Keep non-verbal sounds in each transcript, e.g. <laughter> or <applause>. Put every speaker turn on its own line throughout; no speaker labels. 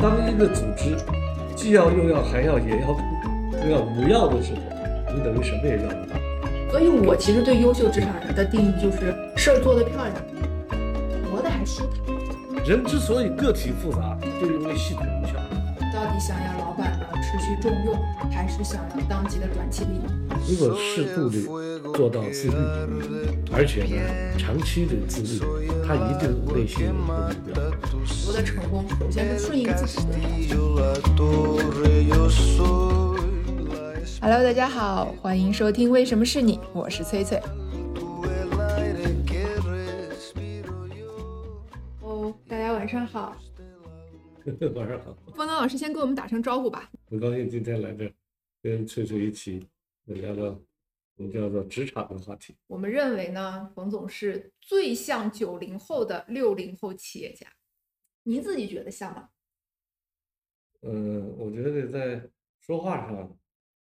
当一个组织既要用药还要也要用药无药的时候，你等于什么也要不到。
所以我其实对优秀职场人的定义就是事儿做得漂亮，活得还舒坦。
人之所以个体复杂，就是因为系统无效。
到底想要老板的持续重用，还是想要当即的短期利益？
如果适度的做到自律，而且呢长期的自律，他一定内心有目标。 <laughs>
我的成功首先是顺应自己的。Hello，大家好，欢迎收听《为什么是你》，我是崔崔。哦，大家晚上好，
晚上好，
方刚老师先跟我们打声招呼吧。
很高兴今天来这儿跟翠翠一起聊聊我们叫做职场的话题。
我们认为呢，冯总是最像九零后的六零后企业家，您自己觉得像吗？ <laughs>
嗯，我觉得在说话上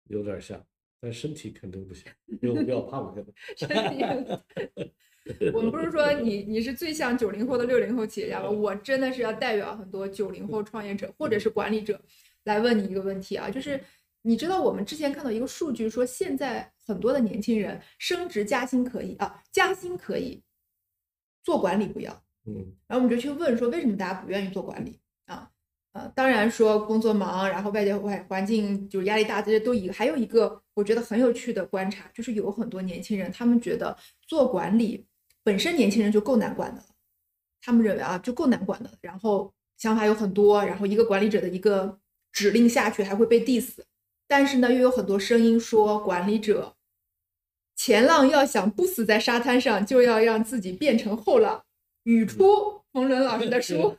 有点像，但身体肯定不像，因为我比较胖，现在。
真的有我们不是说你你是最像九零后的六零后企业家吗？我真的是要代表很多九零后创业者或者是管理者来问你一个问题啊，就是你知道我们之前看到一个数据说，现在很多的年轻人升职加薪可以啊，加薪可以，做管理不要。
嗯
然后我们就去问说，为什么大家不愿意做管理啊？呃，当然说工作忙，然后外界环环境就是压力大，这些都一个。还有一个我觉得很有趣的观察，就是有很多年轻人，他们觉得做管理本身年轻人就够难管的了，他们认为啊就够难管的，然后想法有很多，然后一个管理者的一个指令下去还会被 diss，但是呢又有很多声音说管理者。前浪要想不死在沙滩上，就要让自己变成后浪。语出冯仑老师的书， <laughs>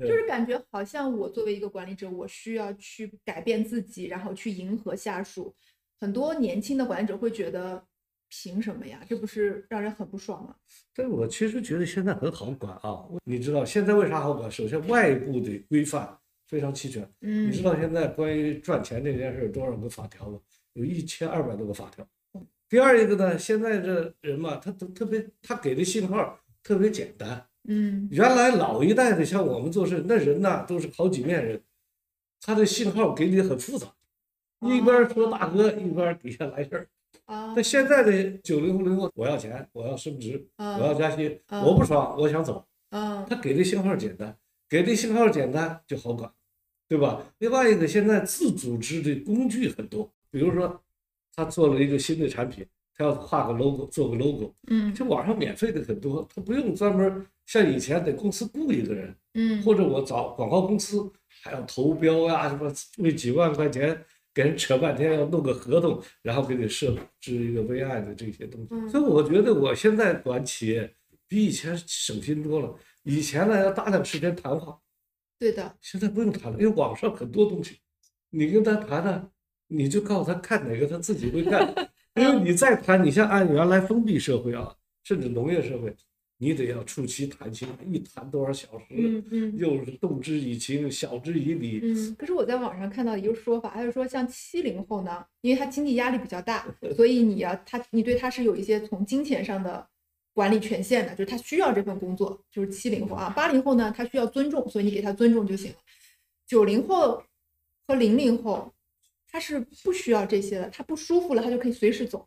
呃
就是感觉好像我作为一个管理者，我需要去改变自己，然后去迎合下属。很多年轻的管理者会觉得，凭什么呀？这不是让人很不爽吗？
但我其实觉得现在很好管啊，你知道现在为啥好管？首先外部的规范非常齐全，
嗯
你知道现在关于赚钱这件事有多少个法条吗？有一千二百多个法条。第二一个呢，现在这人嘛，他都特别，他给的信号特别简单。
嗯
原来老一代的像我们做事，那人呐都是好几面人，他的信号给你很复杂，一边说大哥，一边底下来事儿。
啊
那现在的九零后、零后，我要钱，我要升职，我要
啊
加薪，
嗯
我不爽，我想走。
啊
他给的信号简单，给的信号简单就好管，对吧？另外一个，现在自组织的工具很多，比如说他做了一个新的产品，他要画个 logo，做个 logo，
嗯
这网上免费的很多，他不用专门像以前在公司雇一个人，
嗯
或者我找广告公司还要投标呀、什么为几万块钱给人扯半天，要弄个合同，然后给你设置一个 VI 的这些东西。
嗯
所以我觉得我现在管企业比以前省心多了。以前呢要大量时间谈话，
对的，
现在不用谈了，因为网上很多东西，你跟他谈呢，你就告诉他看哪个，他自己会看。
<laughs>
因为你再谈，你像按原来封闭社会啊，甚至农业社会，你得要促膝谈心，一谈多少小时，啊
嗯嗯
又是动之以情，晓之以理。
嗯。可是我在网上看到一个说法，他就说像七零后呢，因为他经济压力比较大，所以你要他你对他是有一些从金钱上的管理权限的，就是他需要这份工作，就是七零后啊，八零后呢，他需要尊重，所以你给他尊重就行了。九零后和零零后，他是不需要这些的，他不舒服了，他就可以随时走。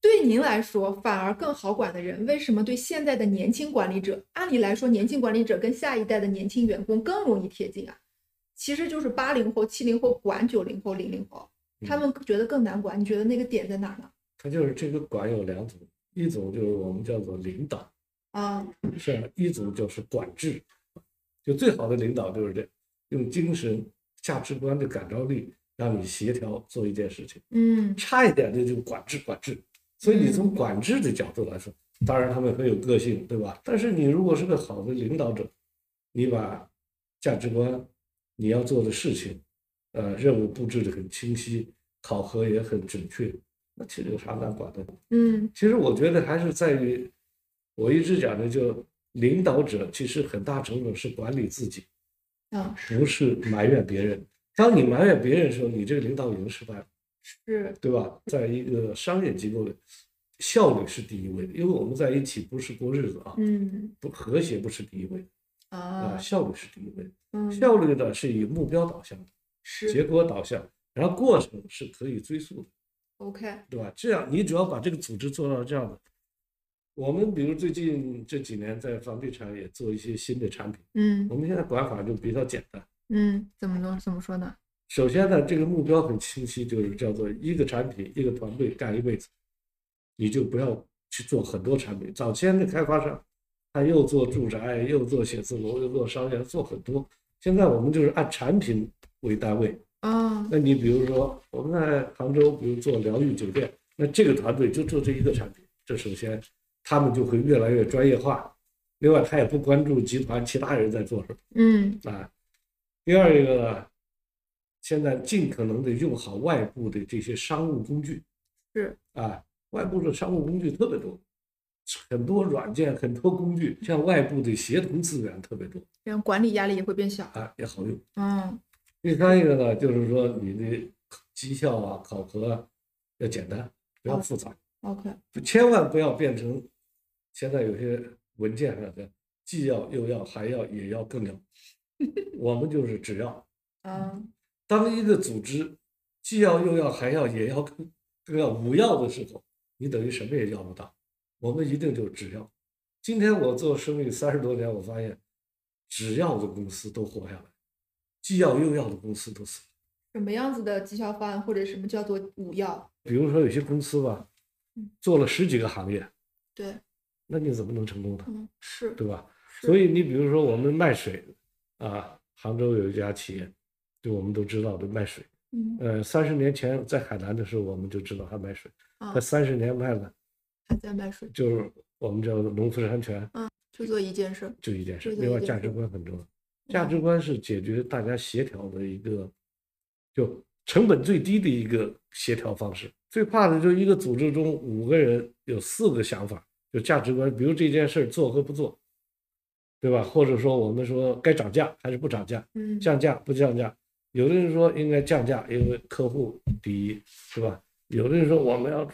对您来说，反而更好管的人，为什么对现在的年轻管理者，按理来说，年轻管理者跟下一代的年轻员工更容易贴近啊？其实就是八零后、七零后管九零后、零零后，他
嗯
们觉得更难管。你觉得那个点在哪儿呢？
他就是这个管有两种，一种就是我们叫做领导，
啊，
是一种就是管制。就最好的领导就是这样，用精神、价值观的感召力让你协调做一件事情。
嗯
差一点的就是管制，管制。所以你从管制的角度来说，当然他们很有个性，对吧？但是你如果是个好的领导者，你把价值观、你要做的事情，呃，任务布置的很清晰，考核也很准确，那其实有啥难管的？
嗯
其实我觉得还是在于，我一直讲的就领导者其实很大程度是管理自己，
啊，
不是埋怨别人。当你埋怨别人的时候，你这个领导已经失败了。
是
对吧？在一个商业机构里，效率是第一位的，因为我们在一起不是过日子啊，
嗯
不和谐不是第一位。啊、
啊，
效率是第一位。
嗯，
效率呢是以目标导向的，结
是
果导向，然后过程是可以追溯的，
OK，
对吧？这样你只要把这个组织做到这样的，我们比如最近这几年在房地产也做一些新的产品，
嗯
我们现在管法就比较简单。
嗯，怎么弄怎么说呢？
首先呢，这个目标很清晰，就是叫做一个产品一个团队干一辈子，你就不要去做很多产品。早先的开发商，他又做住宅，又做写字楼，又做商业，做很多。现在我们就是按产品为单位。
啊，
那你比如说，我们在杭州，比如做疗愈酒店，那这个团队就做这一个产品，这首先他们就会越来越专业化。另外，他也不关注集团其他人在做什么。
嗯
啊。第二一个呢，现在尽可能的用好外部的这些商务工具
是，
啊，外部的商务工具特别多，很多软件、很多工具，像外部的协同资源特别多
这样管理压力也会变小。
啊，也好用。
嗯
第三一个呢，就是说你的绩效啊、考核啊要简单，不要复杂，
，OK，
不千万不要变成现在有些文件上的既要又要还要也要更要，我们就是只要。
嗯
当一个组织既要又要还要也要更更要无要的时候，你等于什么也要不到。我们一定就是只要。今天我做生意三十多年，我发现只要的公司都活下来，既要又要的公司都死了。
什么样子的绩效方案或者什么叫做五要？
比如说有些公司吧
嗯，
做了十几个行业，
对，
那你怎么能成功呢？
嗯，是，
对吧？
是
所以你比如说我们卖水啊，杭州有一家企业，对我们都知道的卖水。
嗯
呃，三十年前在海南的时候，我们就知道他卖水。
啊
呃他，三十年卖了，
还在卖水，
就是我们叫农夫山泉，
就做一件事儿。
就一件事。
对对
另外，
对
价
对
值观很重要，价值观是解决大家协调的一个，就成本最低的一个协调方式。最怕的就是一个组织中五个人有四个想法，有价值观，比如这件事儿做和不做，对吧？或者说我们说该涨价还是不涨价，
嗯，
降价不降价？有的人说应该降价，因为客户第一，是吧？有的人说我们要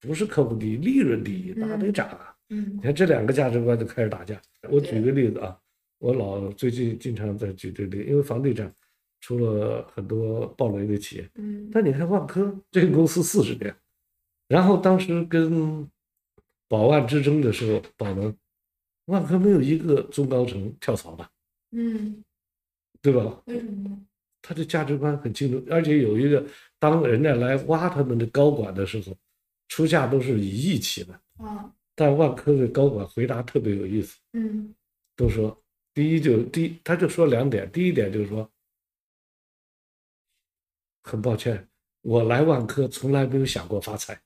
不是客户第一，利润第一，那得
嗯
涨啊。
嗯
你看这两个价值观就开始打架。我举
对
个例子啊，我老最近经常在举这个例子，因为房地产出了很多暴雷的企业，
嗯
但你看万科这个公司四十年，然后当时跟宝万之争的时候，宝能，万科没有一个中高层跳槽的，
嗯，
对吧？
为什么呢？
他的价值观很清楚，而且有一个，当人家来挖他们的高管的时候，出价都是以亿起的。
啊，
但万科的高管回答特别有意思，
嗯
都说第一就第一，他就说两点，第一点就是说，很抱歉，我来万科从来没有想过发财，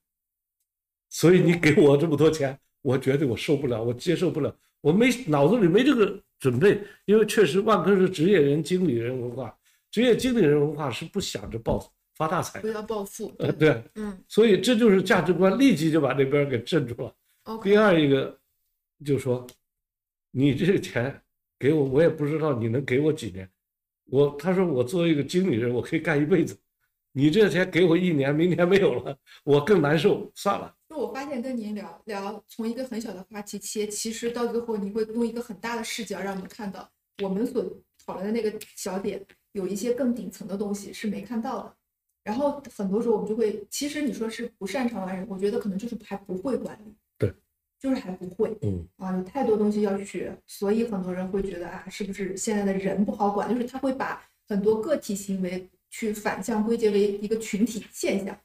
所以你给我这么多钱，我觉得我受不了，我接受不了，我没脑子里没这个准备，因为确实万科是职业人、经理人文化，职业经理人文化是不想着报发大财
不
的，
要暴富。
呃， <laughs> 对，
嗯
所以这就是价值观，立即就把那边给镇住了。
，OK，
第二一个就说，你这个钱给我，我也不知道你能给我几年。我他说我作为一个经理人，我可以干一辈子。你这钱给我一年，明年没有了，我更难受。算了，
就我发现跟您聊聊，从一个很小的话题切，其实到最后你会用一个很大的视角让我们看到，我们所讨论的那个小点有一些更顶层的东西是没看到的。然后很多时候我们就会，其实你说是不擅长管理，我觉得可能就是还不会管理，
对，
就是还不会
嗯，
啊，有太多东西要学，所以很多人会觉得啊，是不是现在的人不好管？就是他会把很多个体行为去反向归结为一个群体现象。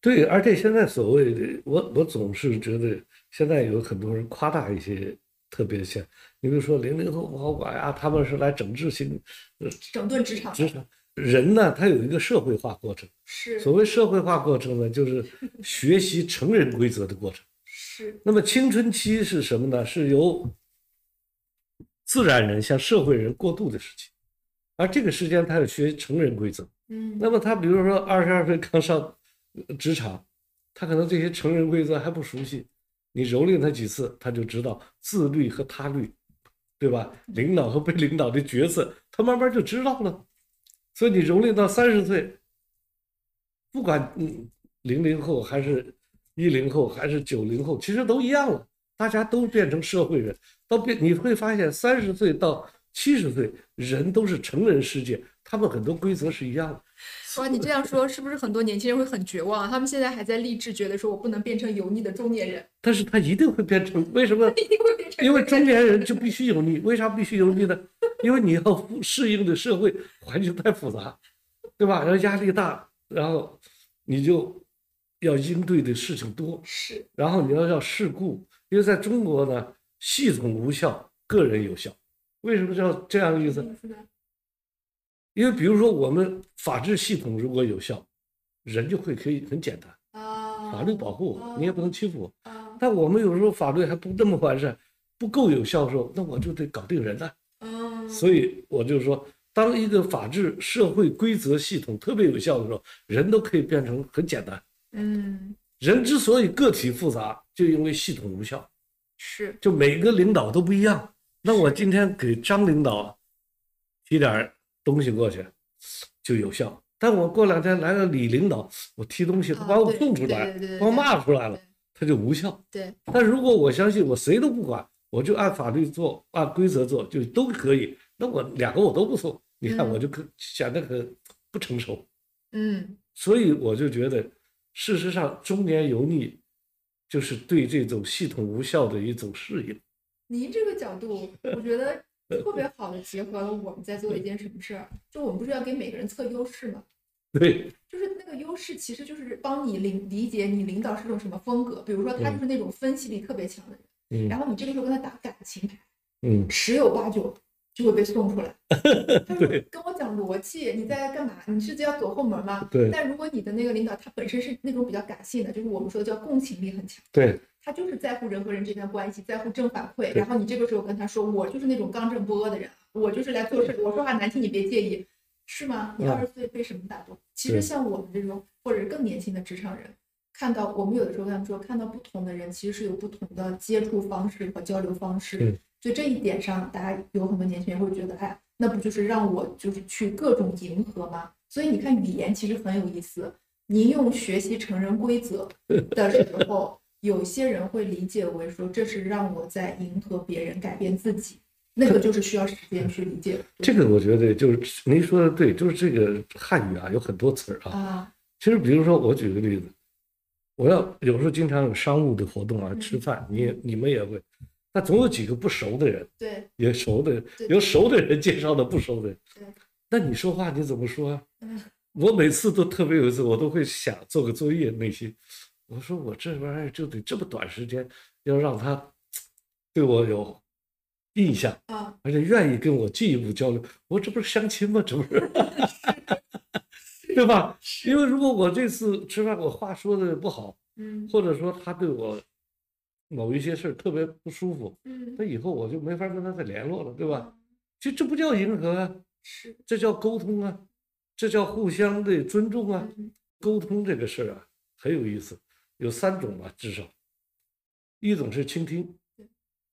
对。而且现在所谓的我，我总是觉得现在有很多人夸大一些特别像，你比如说零零后不好管啊，他们是来整治新
整顿职场
职场人呢，他有一个社会化过程。
是
所谓社会化过程呢，就是学习成人规则的过程。
是，
那么青春期是什么呢？是由自然人向社会人过渡的时期，而这个时间他要学成人规则。
嗯，
那么他比如说二十二岁刚上呃职场，他可能这些成人规则还不熟悉，你蹂躏他几次，他就知道自律和他律，对吧？领导和被领导的角色，他慢慢就知道了。所以你蹂躏到三十岁，不管嗯零零后还是一零后还是九零后，其实都一样了，大家都变成社会人，到变你会发现三十岁到七十岁，人都是成人世界，他们很多规则是一样的。
哇，你这样说是不是很多年轻人会很绝望啊？他们现在还在励志，觉得说我不能变成油腻的中年人， <laughs>
但是他一定会变成为什么？
一定会变成
因为中年人就必须油腻，为啥必须油腻呢？因为你要适应的社会环境太复杂，对吧？然后压力大，然后你就要应对的事情多，
<laughs> 是
然后你要要世故，因为在中国呢，系统无效，个人有效。为什么叫这样的意思？
是的
因为比如说我们法治系统如果有效，人就会可以很简单，
啊，
法律保护我，你也不能欺负我。
啊
但我们有时候法律还不那么完善，不够有效的时候，那我就得搞定人了。
嗯，
所以我就说，当一个法治社会规则系统特别有效的时候，人都可以变成很简单。
嗯
人之所以个体复杂，就因为系统无效，
是
就每个领导都不一样。那我今天给张领导提点儿东西过去，就有效。但我过两天来了李领导，我提东西，他
啊
把我
对
送出
对
来
对对对，
把我
对
骂出来了
对，
他就无效。
对，
但如果我相信我谁都不管，我就按法律做，按规则做，就都可以。那我两个我都不做，你看
嗯
我就可显得很不成熟。
嗯
所以我就觉得，事实上中年油腻，就是对这种系统无效的一种适应。
您这个角度，我觉得特别好的结合了我们在做一件什么事儿，就我们不是要给每个人测优势吗？
对，
就是那个优势，其实就是帮你领理解你领导是种什么风格。比如说，他就是那种分析力特别强的人，
嗯
然后你这个时候跟他打感情牌，
嗯，
十有八九就会被送
<laughs>
出来。他说
对
跟我讲逻辑，你在干嘛？你是要走后门吗？
对
但如果你的那个领导他本身是那种比较感性的，就是我们说的叫共情力很强。
对
他就是在乎人和人之间的关系，在乎正反馈。
对
然后你这个时候跟他说，我就是那种刚正不阿的人，啊我就是来做事的，我说话难听你别介意，是吗？你
嗯
二十岁被什么打动？其实
对
像我们这种或者更年轻的职场人，看到我们有的时候跟他们说，看到不同的人其实是有不同的接触方式和交流方式
嗯。
就这一点上，大家有很多年轻人会觉得，哎，那不就是让我就是去各种迎合吗？所以你看，语言其实很有意思。您用学习成人规则的时候，有些人会理解为说这是让我在迎合别人、改变自己，那个就是需要时间去理解的。
这个我觉得就是您说的对，就是这个汉语啊，有很多词儿啊。
啊，
其实比如说，我举个例子，我要有时候经常有商务的活动啊，
嗯
吃饭，你也你们也会，那总有几个不熟的人。
对
也熟的人
对，
有熟的人介绍的不熟的人
对。
那你说话你怎么说啊
嗯？
<laughs> 我每次都特别有意思，我都会想做个作业，内心我说我这玩意儿就得这么短时间，要让他对我有印象，
啊，
而且愿意跟我进一步交流。我这不是相亲吗？这不是， <laughs> 对吧？因为如果我这次吃饭我话说的不好，
嗯
或者说他对我某一些事儿特别不舒服，
嗯，
那以后我就没法跟他再联络了，对吧？其实这不叫迎合啊，
是，
这叫沟通啊，这叫互相的尊重啊。
嗯
沟通这个事儿啊，很有意思，有三种吧，至少，一种是倾听
对，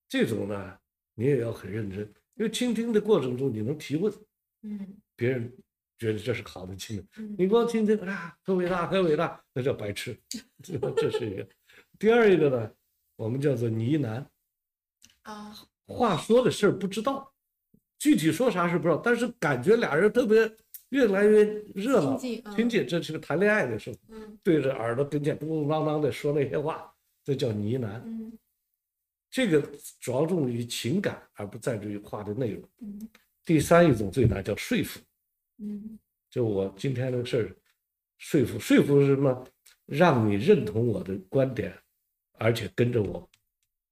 这种呢你也要很认真，因为倾听的过程中你能提问，
嗯
别人觉得这是好的倾听，
嗯，
你光听听啊，很伟大，很伟大，那叫白痴，这这是一个。第二一个呢，我们叫做呢喃，
啊，
话说的事儿不知道，具体说啥是不知道，但是感觉俩人特别越来越热闹，
亲近嗯
亲近，这是个谈恋爱的时候，
嗯
对着耳朵跟前咣咣当当的说那些话，这叫呢喃。
嗯
这个着重于情感，而不在于话的内容。
嗯
第三一种最难叫说服，
嗯
就我今天这个事儿，说服说服是什么？让你认同我的观点，而且跟着我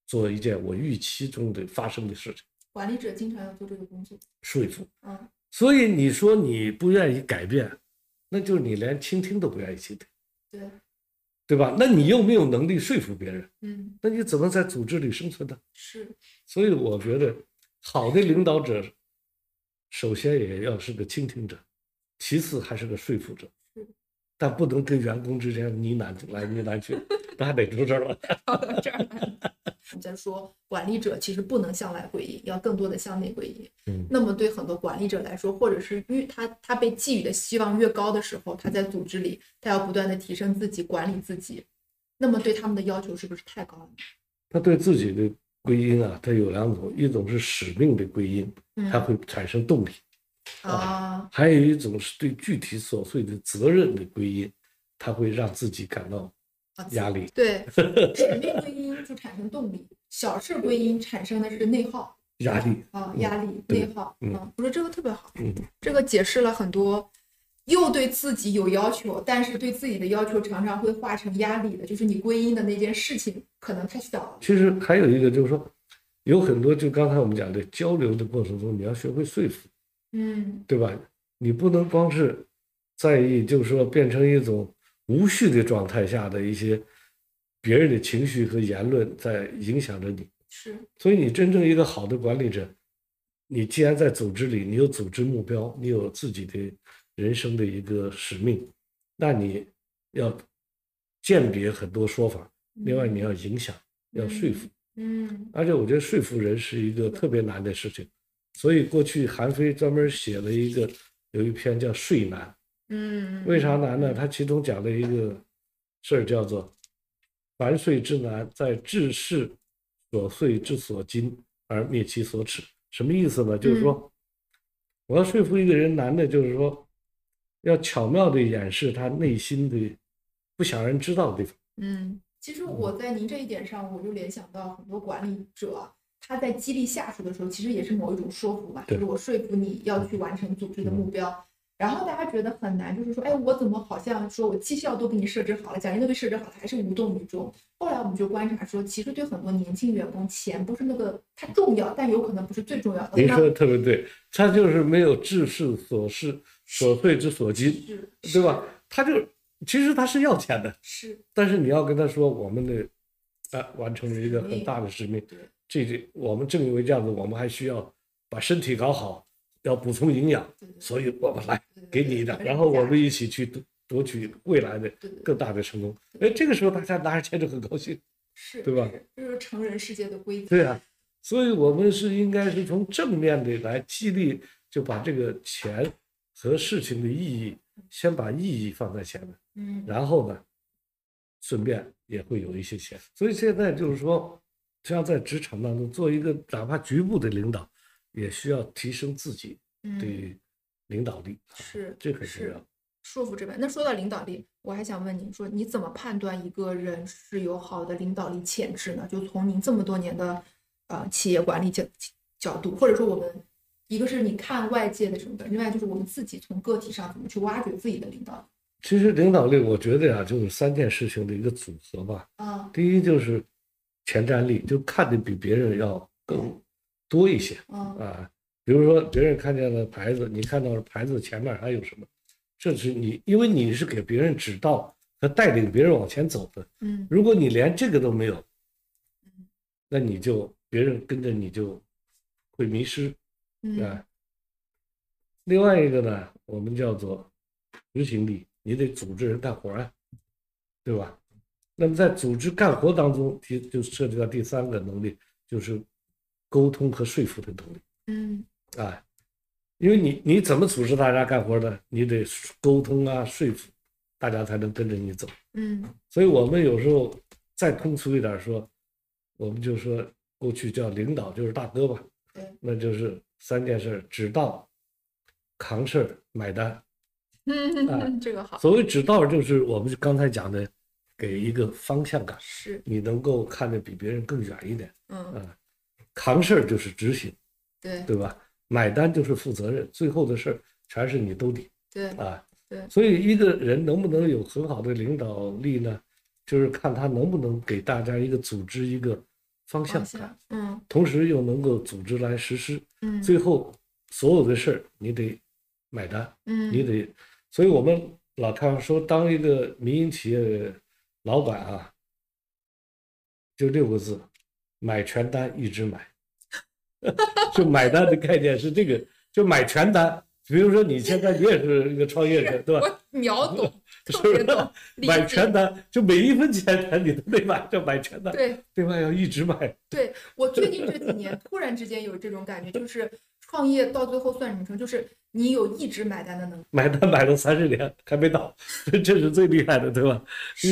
做一件我预期中的发生的事情，
管理者经常要做这个工作，
说服。
嗯，
所以你说你不愿意改变，那就是你连倾听都不愿意倾听，
对，
对吧？那你又没有能力说服别人，
嗯
那你怎么在组织里生存呢？
是，
所以我觉得，好的领导者，首先也要是个倾听者，其次还是个说服者
是，
但不能跟员工之间呢喃来呢喃去，那还得出事儿了。
到这儿来。我们在说管理者其实不能向外归因，要更多的向内归因。
嗯
那么对很多管理者来说，或者是越他他被寄予的希望越高的时候，他在组织里他要不断的提升自己，管理自己。那么对他们的要求是不是太高了？
他对自己的归因啊，它有两种，一种是使命的归因，它
嗯
会产生动力；哦
啊，
还有一种是对具体琐碎的责任的归因，它会让自己感到
啊
压力。
对，使命归因就产生动力，小事归因产生的是内耗
压力，
啊，
嗯
压力、
对
内耗。啊
嗯，
我说这个特别好，
嗯，
这个解释了很多，又对自己有要求，但是对自己的要求常常会化成压力的，就是你归因的那件事情可能太小了。
其实还有一个就是说，有很多就刚才我们讲的交流的过程中，你要学会说服，
嗯
对吧？你不能光是在意，就是说变成一种无序的状态下的一些别人的情绪和言论在影响着你。
是，
所以，你真正一个好的管理者，你既然在组织里，你有组织目标，你有自己的人生的一个使命，那你要鉴别很多说法，另外你要影响，要说服。
嗯
而且我觉得说服人是一个特别难的事情，所以过去韩非专门写了一个有一篇叫《说难
嗯，》，
为啥难呢？他其中讲了一个事儿，叫做“凡税之难，在治世所税之所矜，而灭其所耻”。什么意思呢？就是说，我要说服一个人难的，就是说，要巧妙的掩饰他内心的不想让人知道的地方。
嗯，其实我在您这一点上，我就联想到很多管理者，他在激励下属的时候，其实也是某一种说服吧，就
对嗯
是我说服你要去完成组织的目标。然后大家觉得很难，就是说，哎，我怎么好像说我绩效都给你设置好了，奖金都给设置好了，还是无动于衷？后来我们就观察说，其实对很多年轻员工，钱不是那个它重要，但有可能不是最重要的。
您
那
说的特别对，他就是没有治世所事所退之所矜，
是
对吧？他就其实他是要钱的，
是，是
但是你要跟他说我们的啊完成了一个很大的使命
对，
这这我们正因为这样子，我们还需要把身体搞好，要补充营养，
对对
所以我们来
对对
给
对
你的，
还是
然后
价
我
值
们一起去夺夺取未来的
对对
更大的成功。哎，这个时候大家拿着钱就很高兴，
是，
对吧
是？这就是成人世界的规则。
对啊，所以我们是应该是从正面的来激励，就把这个钱和事情的意义，先把意义放在前面，
嗯，
然后呢，顺便也会有一些钱。所以现在就是说，像在职场当中做一个哪怕局部的领导，也需要提升自己
嗯，
的领导力，
是，
这很重
是
要。
说服这边。那说到领导力，我还想问您说，你怎么判断一个人是有好的领导力潜质呢？就从您这么多年的呃企业管理角角度，或者说我们一个是你看外界的成本，另外就是我们自己从个体上怎么去挖掘自己的领导力。
其实领导力，我觉得呀、就是三件事情的一个组合吧。
啊，
第一就是前瞻力，就看得比别人要更多一些
嗯
啊。比如说别人看见了牌子，你看到了牌子前面还有什么，这是你，因为你是给别人指导和带领别人往前走的。
嗯
如果你连这个都没有，那你就别人跟着你就会迷失
嗯
啊。另外一个呢，我们叫做执行力，你得组织人干活啊，对吧？那么在组织干活当中，其实就涉及到第三个能力，就是沟通和说服的能力
嗯
啊。因为你你怎么组织大家干活呢？你得沟通啊，说服大家才能跟着你走。
嗯
所以我们有时候再通俗一点说，我们就说过去叫领导就是大哥吧，
对
那就是三件事儿：指导、扛事儿、买单。
嗯，这个好
所谓指导，就是我们刚才讲的，给一个方向感，
是
你能够看得比别人更远一点。
嗯
扛事儿就是执行，
对
对吧？买单就是负责任，最后的事儿全是你兜底
对
啊。
对
所以一个人能不能有很好的领导力呢？就是看他能不能给大家一个组织一个方向
方
感
向，嗯
同时又能够组织来实施。
嗯
最后所有的事儿你得买单，
嗯
你得，所以我们老太阳说，当一个民营企业老板啊，就六个字：买全单，一直买。 <laughs> 就买单的概念是这个，就买全单。比如说你现在你也是一个创业者，对吧？
我秒懂
<laughs>
特
是
别
不
懂
是？
理
买
解
全单，就每一分钱你都得买，就买全单。
对。
另外要一直买，
对我最近这几年突然之间有这种感觉，就是创业到最后算什么成，就是你有一直买单的能力。
买单买了三十年还没倒，这是最厉害的，对吧？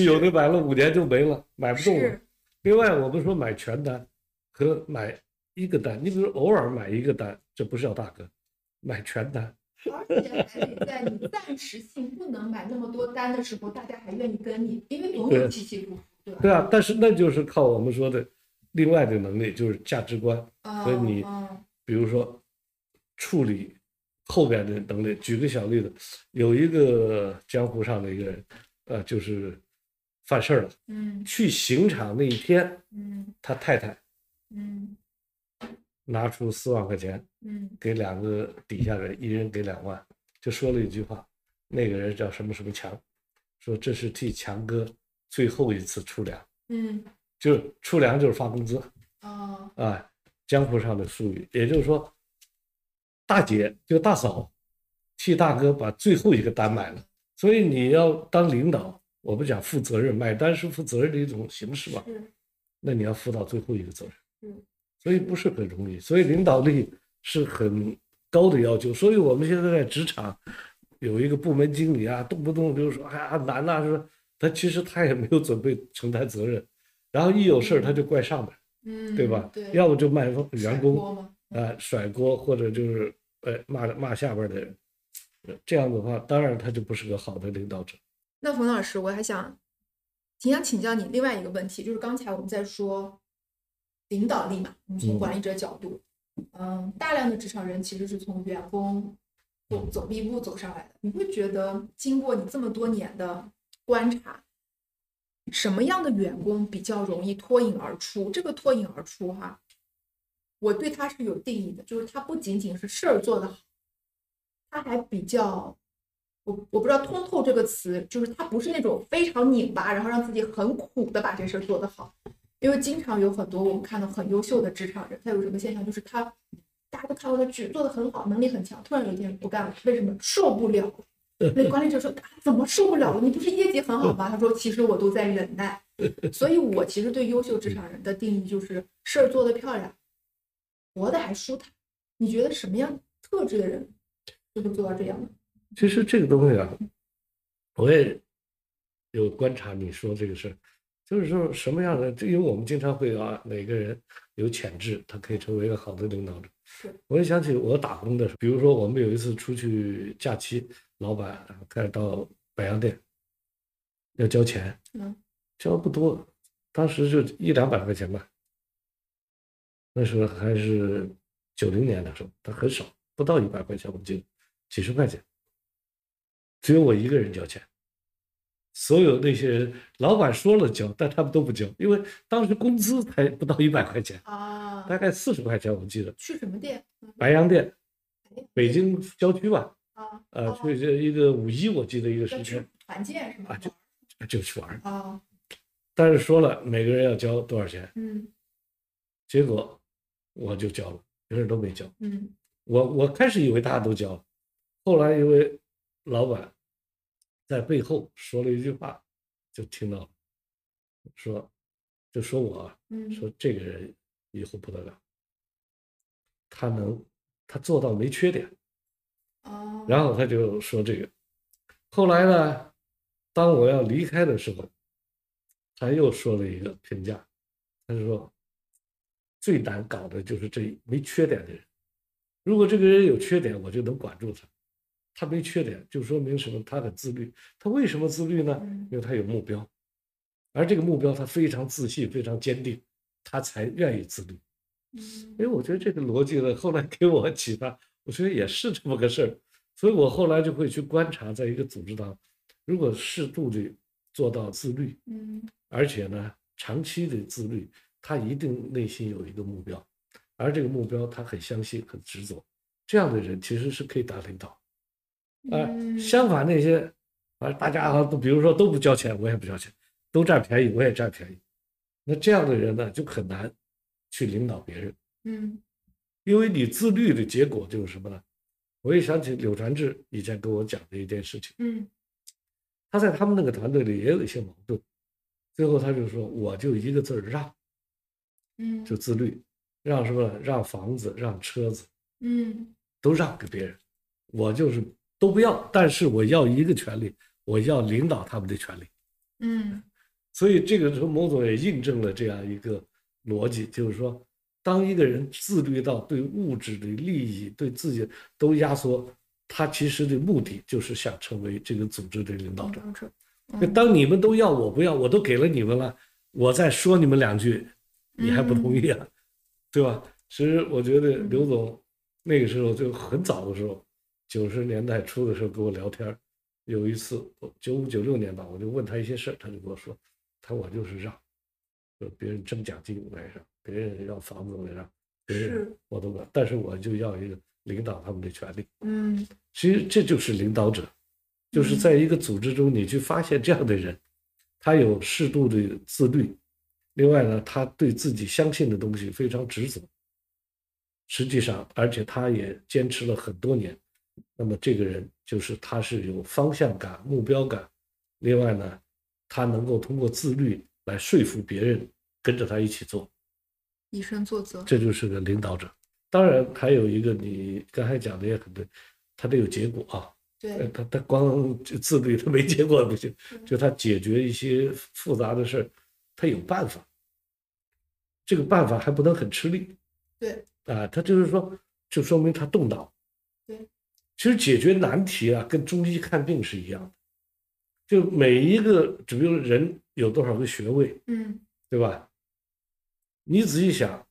有的买了五年就没了，买不动了
是。，
另外，我们说买全单，可能买一个单，你比如偶尔买一个单，这不是叫大哥，买全单，
而且还得在你暂时性不能买那么多单的时候，大家还愿意跟你，因为总有
对
起起伏伏，对吧？
对啊。但是那就是靠我们说的另外的能力，就是价值观，
啊，
所以你
嗯
比如说处理后边的能力。举个小例子，有一个江湖上的一个人，呃，就是犯事儿了，
嗯
去刑场那一天，
嗯
他太太
嗯
拿出四万块钱
嗯
给两个底下人，一人给两万，就说了一句话，那个人叫什么什么强，说这是替强哥最后一次出粮，
嗯，
就是出粮就是发工资
啊，
啊，江湖上的术语，也就是说，大姐就大嫂替大哥把最后一个单买了，所以你要当领导，我不讲负责任，买单是负责任的一种形式吧，
是
那你要负到最后一个责任。
是，
所以不是很容易，所以领导力是很高的要求。所以我们现在在职场有一个部门经理啊，动不动就说哎呀难呐、说他其实他也没有准备承担责任，然后一有事儿他就怪上面，
嗯，
对吧？
对，
要不就骂员
甩
工
锅嘛
啊、甩锅，或者就是呃骂骂下边的人，这样的话当然他就不是个好的领导者。
那冯老师，我还想挺想请教你另外一个问题，就是刚才我们在说领导力嘛，我们从
嗯
管理者角度，嗯，大量的职场人其实是从员工走走一步走上来的。你会觉得经过你这么多年的观察，什么样的员工比较容易脱颖而出？这个脱颖而出哈、我对他是有定义的，就是他不仅仅是事儿做得好，他还比较，我我不知道“通透”这个词，就是他不是那种非常拧巴，然后让自己很苦的把这事儿做得好，因为经常有很多我们看到很优秀的职场人，他有什么现象，就是他大家都看过他剧，做得很好，能力很强，突然有一天不干了，为什么受不了？那管理者说、啊怎么受不了了？你不是业绩很好吗？他说其实我都在忍耐，所以我其实对优秀职场人的定义就是事儿做得漂亮，活得还舒坦。你觉得什么样特质的人就会做到这样呢？
其实这个东西啊，我也有观察你说这个事儿，就是说什么样的，这因为我们经常会啊，哪个人有潜质，他可以成为一个好的领导者
是。
我也想起我打工的时候，比如说我们有一次出去假期，老板啊开到百洋店要交钱，
嗯，
交不多，当时就一两百块钱吧。那时候还是九零年的时候，他很少，不到一百块钱，我记得几十块钱，只有我一个人交钱。所有那些人，老板说了交，但他们都不交，因为当时工资才不到一百块钱，
啊
大概四十块钱，我记得。
去什么店？嗯
白洋淀，
哎
北京郊区吧，
啊，
呃，
哦
去这一个五一，我记得一个
要
时
去
间
团建是吗
啊？就就去玩儿，
啊，
但是说了每个人要交多少钱，
嗯
结果我就交了，别人都没交。
嗯
我我开始以为大家都交了，后来因为老板在背后说了一句话，就听到了，说就说我啊
嗯
说这个人以后不得了，他能他做到没缺点，
啊，
然后他就说这个。后来呢，当我要离开的时候，他又说了一个评价，他就说最难搞的就是这没缺点的人。如果这个人有缺点，我就能管住他；他没缺点，就说明什么？他很自律。他为什么自律呢？
嗯
因为他有目标，而这个目标他非常自信、非常坚定，他才愿意自律。
嗯
因为我觉得这个逻辑呢，后来给我启发，我觉得也是这么个事儿，所以我后来就会去观察，在一个组织当中，如果适度的做到自律，
嗯
而且呢，长期的自律，他一定内心有一个目标，而这个目标他很相信、很执着，这样的人其实是可以当领导。呃，
嗯
相反那些，反正大家好像都比如说都不交钱，我也不交钱，都占便宜，我也占便宜，那这样的人呢，就很难去领导别人。
嗯
因为你自律的结果就是什么呢？我也想起柳传志以前跟我讲的一件事情，
嗯
他在他们那个团队里也有一些矛盾，最后他就说，我就一个字儿让，
嗯
就自律，让什么呢？让房子，让车子，
嗯
都让给别人，我就是都不要，但是我要一个权利，我要领导他们的权利。
嗯
所以这个时候，某总也印证了这样一个逻辑，就是说，当一个人自律到对物质的利益、对自己都压缩，他其实的目的就是想成为这个组织的领导者。
嗯是
那当你们都要我不要，我都给了你们了，我再说你们两句，你还不同意啊， <laughs> 对吧？其实我觉得刘总那个时候就很早的时候，九十年代初的时候跟我聊天儿，有一次九五九六年吧，我就问他一些事儿，他就跟我说，他说我就是让，就别人争奖金我也让，别人要房子我也让，别人
是
我都管，但是我就要一个领导他们的权利。
嗯
其实这就是领导者，就是在一个组织中，你去发现这样的人，他有适度的自律，另外呢，他对自己相信的东西非常执着。实际上，而且他也坚持了很多年。那么这个人就是他是有方向感、目标感，另外呢，他能够通过自律来说服别人跟着他一起做。
以身作则，
这就是个领导者。当然，还有一个你刚才讲的也很对，他得有结果啊。呃
对，
他他光就自律，他没结果也不行，呃就他解决一些复杂的事儿，他有办法。这个办法还不能很吃力
对，
啊，他就是说，就说明他动脑。
对，
其实解决难题啊，跟中医看病是一样的，就每一个，只比如人有多少个穴位，
嗯
对吧？你仔细想，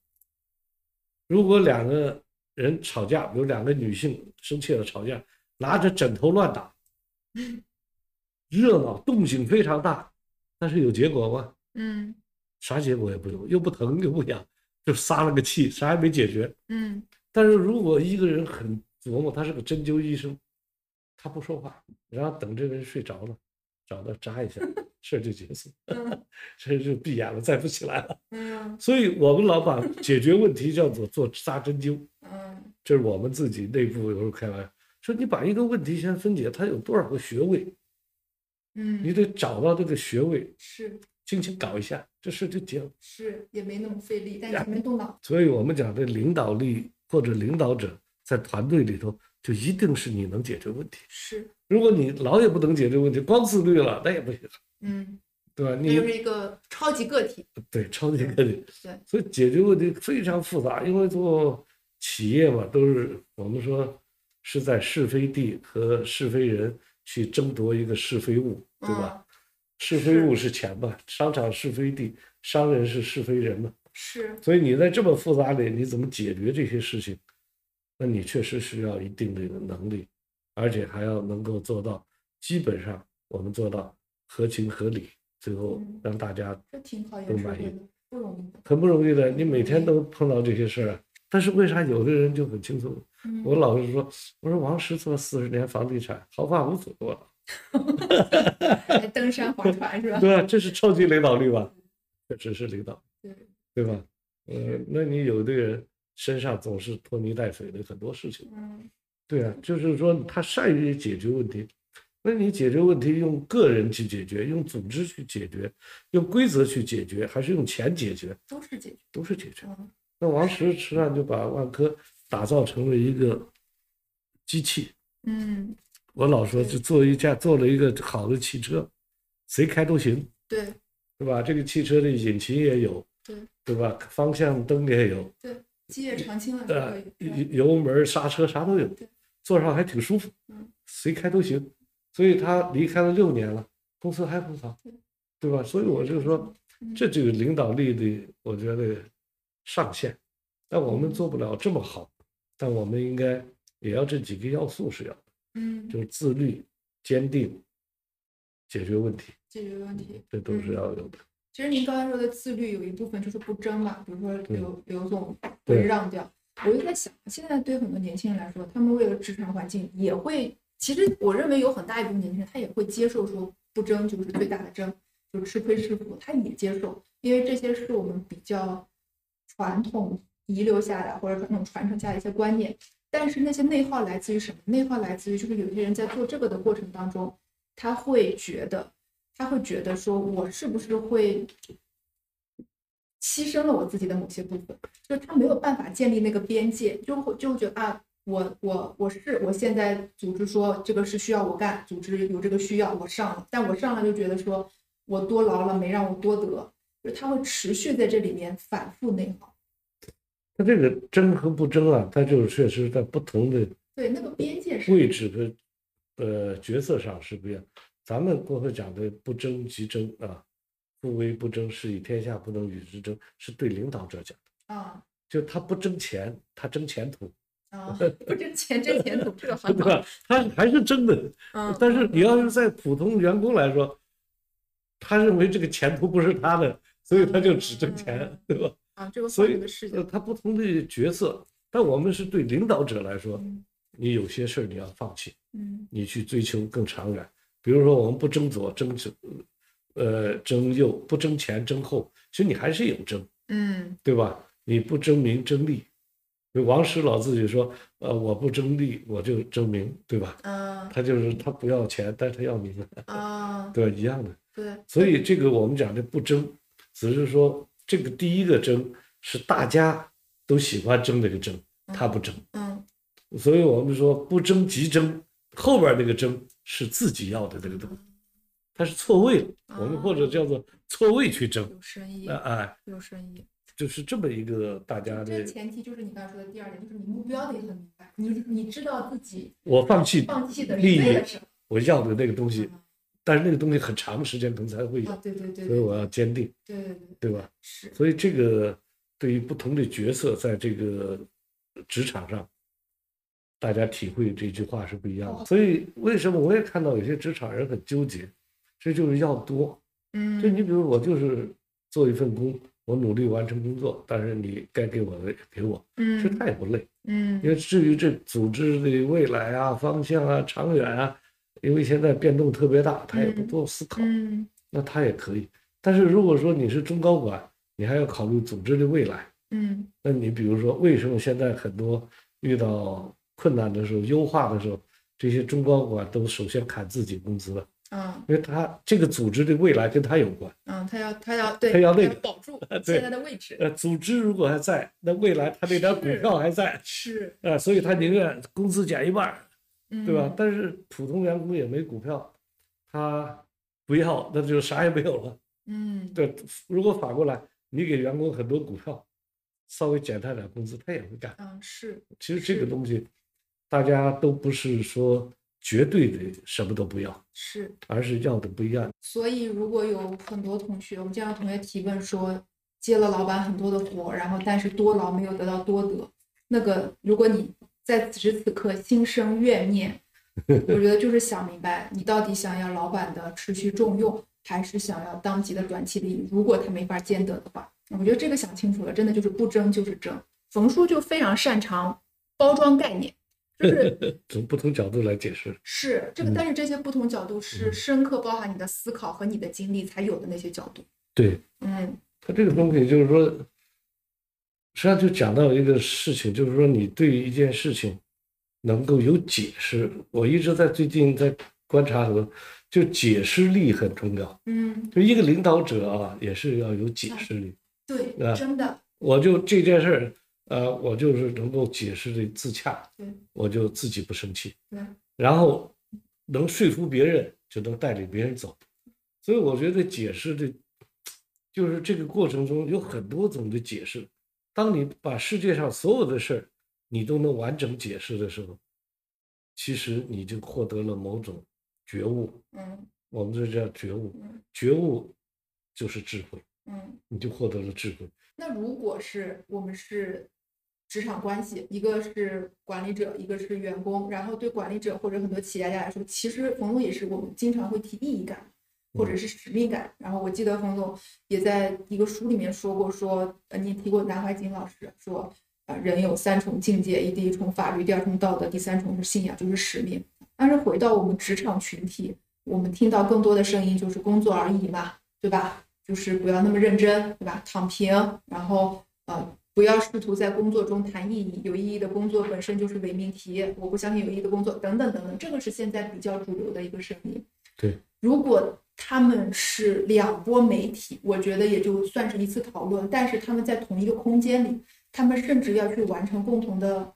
如果两个人吵架，比如两个女性生气了吵架，拿着枕头乱打，热闹动静非常大，但是有结果吗？
嗯
啥结果也不有，又不疼又不痒，就撒了个气，啥也没解决。
嗯
但是如果一个人很琢磨，他是个针灸医生，他不说话，然后等这个人睡着了，找他扎一下，事儿就结束，
嗯
事儿就闭眼了，再不起来了。
嗯
所以我们老把解决问题叫做做扎针灸，
嗯，
这是我们自己内部有时候开玩笑说，你把一个问题先分解，它有多少个穴位，你
嗯，
得找到这个穴位，
是
轻轻搞一下，这事就结了。
是也没那么费力，但
呀
前面动脑，
所以我们讲这领导力或者领导者在团队里头，就一定是你能解决问题。
是，
如果你老也不能解决问题，光自律了那也不行，
嗯，
对吧？
那
你
就是一个超级个体，
对超级个体，
对，
所以解决问题非常复杂，因为做企业嘛，都是我们说是在是非地和是非人去争夺一个是非物，对吧？
嗯，
是非物是钱嘛，商场是非地，商人是是非人嘛，
是，
所以你在这么复杂里，你怎么解决这些事情？那你确实需要一定的能力，而且还要能够做到，基本上我们做到合情合理，最后
嗯
让大家
这挺考验
都
智
满
慧
意
的，不容
<laughs>
易的。
很不容易的，你每天都碰到这些事儿啊。但是为啥有的人就很轻松？
嗯
我老是说，我说王石做四十年房地产，毫发无损过了，
还登山划船是
<laughs>
吧？
对啊吧？这是超级领导力吧？确实是领导，
对，
对吧？呃，那你有的人身上总是拖泥带水的很多事情，
嗯
对啊，就是说他善于解决问题。那你解决问题用个人去解决，用组织去解决，用规则去解决，还是用钱解决，
都是解决，
都是解决。
嗯
那王石实际上就把万科打造成了一个机器。
嗯，
我老说，就做一架做了一个好的汽车，谁开都行，
对
对吧？这个汽车的引擎也有，
对
对吧？方向灯也有，
对，基业长青了就
呃
可以，啊是吧
油油门、刹车啥都有
对，
坐上还挺舒服
嗯，
谁开都行。所以他离开了六年了，公司还很好
对，
对吧？所以我就说，
嗯
这就是领导力的，我觉得上限。但我
嗯
们做不了这么好，但我们应该也要这几个要素是要的，
嗯
就是自律、坚定、解决问题，
解决问题。
这都是
嗯
要有的。
其实您刚才说的自律有一部分就是不争嘛，比如说
对
刘刘总
对
会让掉。我就在想，现在对很多年轻人来说，他们为了职场环境也会，其实我认为有很大一部分年轻人他也会接受说不争就是最大的争，就是吃亏是福，他也接受，因为这些是我们比较传统遗留下来或者传统传承下来的一些观念。但是那些内耗来自于什么？内耗来自于就是有些人在做这个的过程当中，他会觉得，他会觉得说我是不是会牺牲了我自己的某些部分，就是他没有办法建立那个边界，就会就会觉得啊，我我我是我现在组织说这个是需要我干，组织有这个需要我上了，但我上了就觉得说我多劳了没让我多得，就是他会持续在这里面反复内耗。
它这个争和不争啊，它就是确实在不同的
对，那个边界是
位置和呃角色上是不一样。咱们过去讲的不争即争啊，不为不争，是以天下不能与之争，是对领导者讲的，
啊
就他不争钱，他争前途，
啊， <laughs> 不挣钱挣前途，这
<laughs> 对
个很好。
吧？他还是争的，
嗯，
但是你要是在普通员工来说，他认为这个前途不是他的，所以他就只挣钱
嗯，
对吧？
啊，这个
所
换了
以
个视
呃
角，
他不同的角色，但我们是对领导者来说，
嗯
你有些事儿你要放弃，
嗯
你去追求更长远。比如说，我们不争左，争左，呃，争右，不争前，争后，其实你还是有争，
嗯
对吧？你不争名，争利。王石老自己说，呃，我不争利，我就争名，对吧？
啊
他就是他不要钱，但是他要名，
啊，
对吧？一样的。
对，
所以这个我们讲的不争，只是说这个第一个争是大家都喜欢争那个争，他不争。
嗯
所以我们说不争即争，后边那个争是自己要的那个东西，它是错位了，我们或者叫做错位去争。
有深意
啊，哎，
有深意。
就是这么一个大家
这
的
个，前提就是你刚才说的第二点，就是你目标得很明白，你你知道自己
我放弃
放弃的是
利
为
益
了什么。
我要的那个东西
嗯，
但是那个东西很长时间可能才会
啊
有，，
对对对，
所以
对
我要坚定，
对对对
对吧？
是，
所以这个对于不同的角色，在这个职场上，大家体会这句话是不一样
哦
的。所以为什么我也看到有些职场人很纠结，这就是要多。就
嗯
你比如我就是做一份工，我努力完成工作，但是你该给我的给我，其实
嗯
他也不累。因
嗯
为至于这组织的未来啊、方向啊、长远啊，因为现在变动特别大，他也不
嗯
多思考。
嗯
那他也可以。但是如果说你是中高管，你还要考虑组织的未来。
嗯
那你比如说，为什么现在很多遇到困难的时候、优化的时候，这些中高管都首先砍自己工资了？
嗯
因为他这个组织的未来跟他有关。
嗯，他要他要对
他要那个
保住
<laughs> 对
现在的位置，
呃，组织如果还在，那未来他那点股
是
票还在，
是，
啊、所以他宁愿工资减一半儿，对吧？
嗯？
但是普通员工也没股票，他不要，那就啥也没有了。
嗯，
对，如果反过来，你给员工很多股票，稍微减他点工资，他也会干。
嗯是，
其实这个
是
东西，大家都不是说绝对的什么都不要，
是，
而是要的不一样。
所以如果有很多同学，我们经常有同学提问说，接了老板很多的活，然后但是多劳没有得到多得，那个如果你在此时此刻心生怨念，我觉得就是想明白你到底想要老板的持续重用，还是想要当即的短期利益。如果他没法兼得的话，我觉得这个想清楚了，真的就是不争就是争。冯叔就非常擅长包装概念，就是
从不同角度来解释，
是这个，
嗯
但是这些不同角度是
嗯
深刻包含你的思考和你的经历才有的那些角度。
对
嗯
他这个东西就是说，实际上就讲到一个事情，就是说你对一件事情能够有解释。我一直在最近在观察很多，就解释力很重要。
嗯，
就一个领导者啊，也是要有解释力。
对
啊，
真的
我就这件事儿，呃，我就是能够解释的自洽，
对
我就自己不生气，
对，
然后能说服别人，就能带领别人走。所以我觉得解释的，就是这个过程中有很多种的解释。当你把世界上所有的事儿你都能完整解释的时候，其实你就获得了某种觉悟。
嗯
我们这叫觉悟，
嗯
觉悟就是智慧，
嗯。
你就获得了智慧。
那如果是我们是职场关系，一个是管理者，一个是员工，然后对管理者或者很多企业家来说，其实冯总也是我们经常会提意义感。或者是使命感，然后我记得冯总也在一个书里面说过说，呃，你也提过南怀瑾老师说，呃，人有三重境界，一第一重法律，第二重道德，第三重是信仰，就是使命。但是回到我们职场群体，我们听到更多的声音就是工作而已嘛，对吧？就是不要那么认真，对吧？躺平，然后呃，不要试图在工作中谈意义，有意义的工作本身就是伪命题，我不相信有意义的工作，等等等等，这个是现在比较主流的一个声音。
对，
如果他们是两波媒体，我觉得也就算是一次讨论，但是他们在同一个空间里，他们甚至要去完成共同的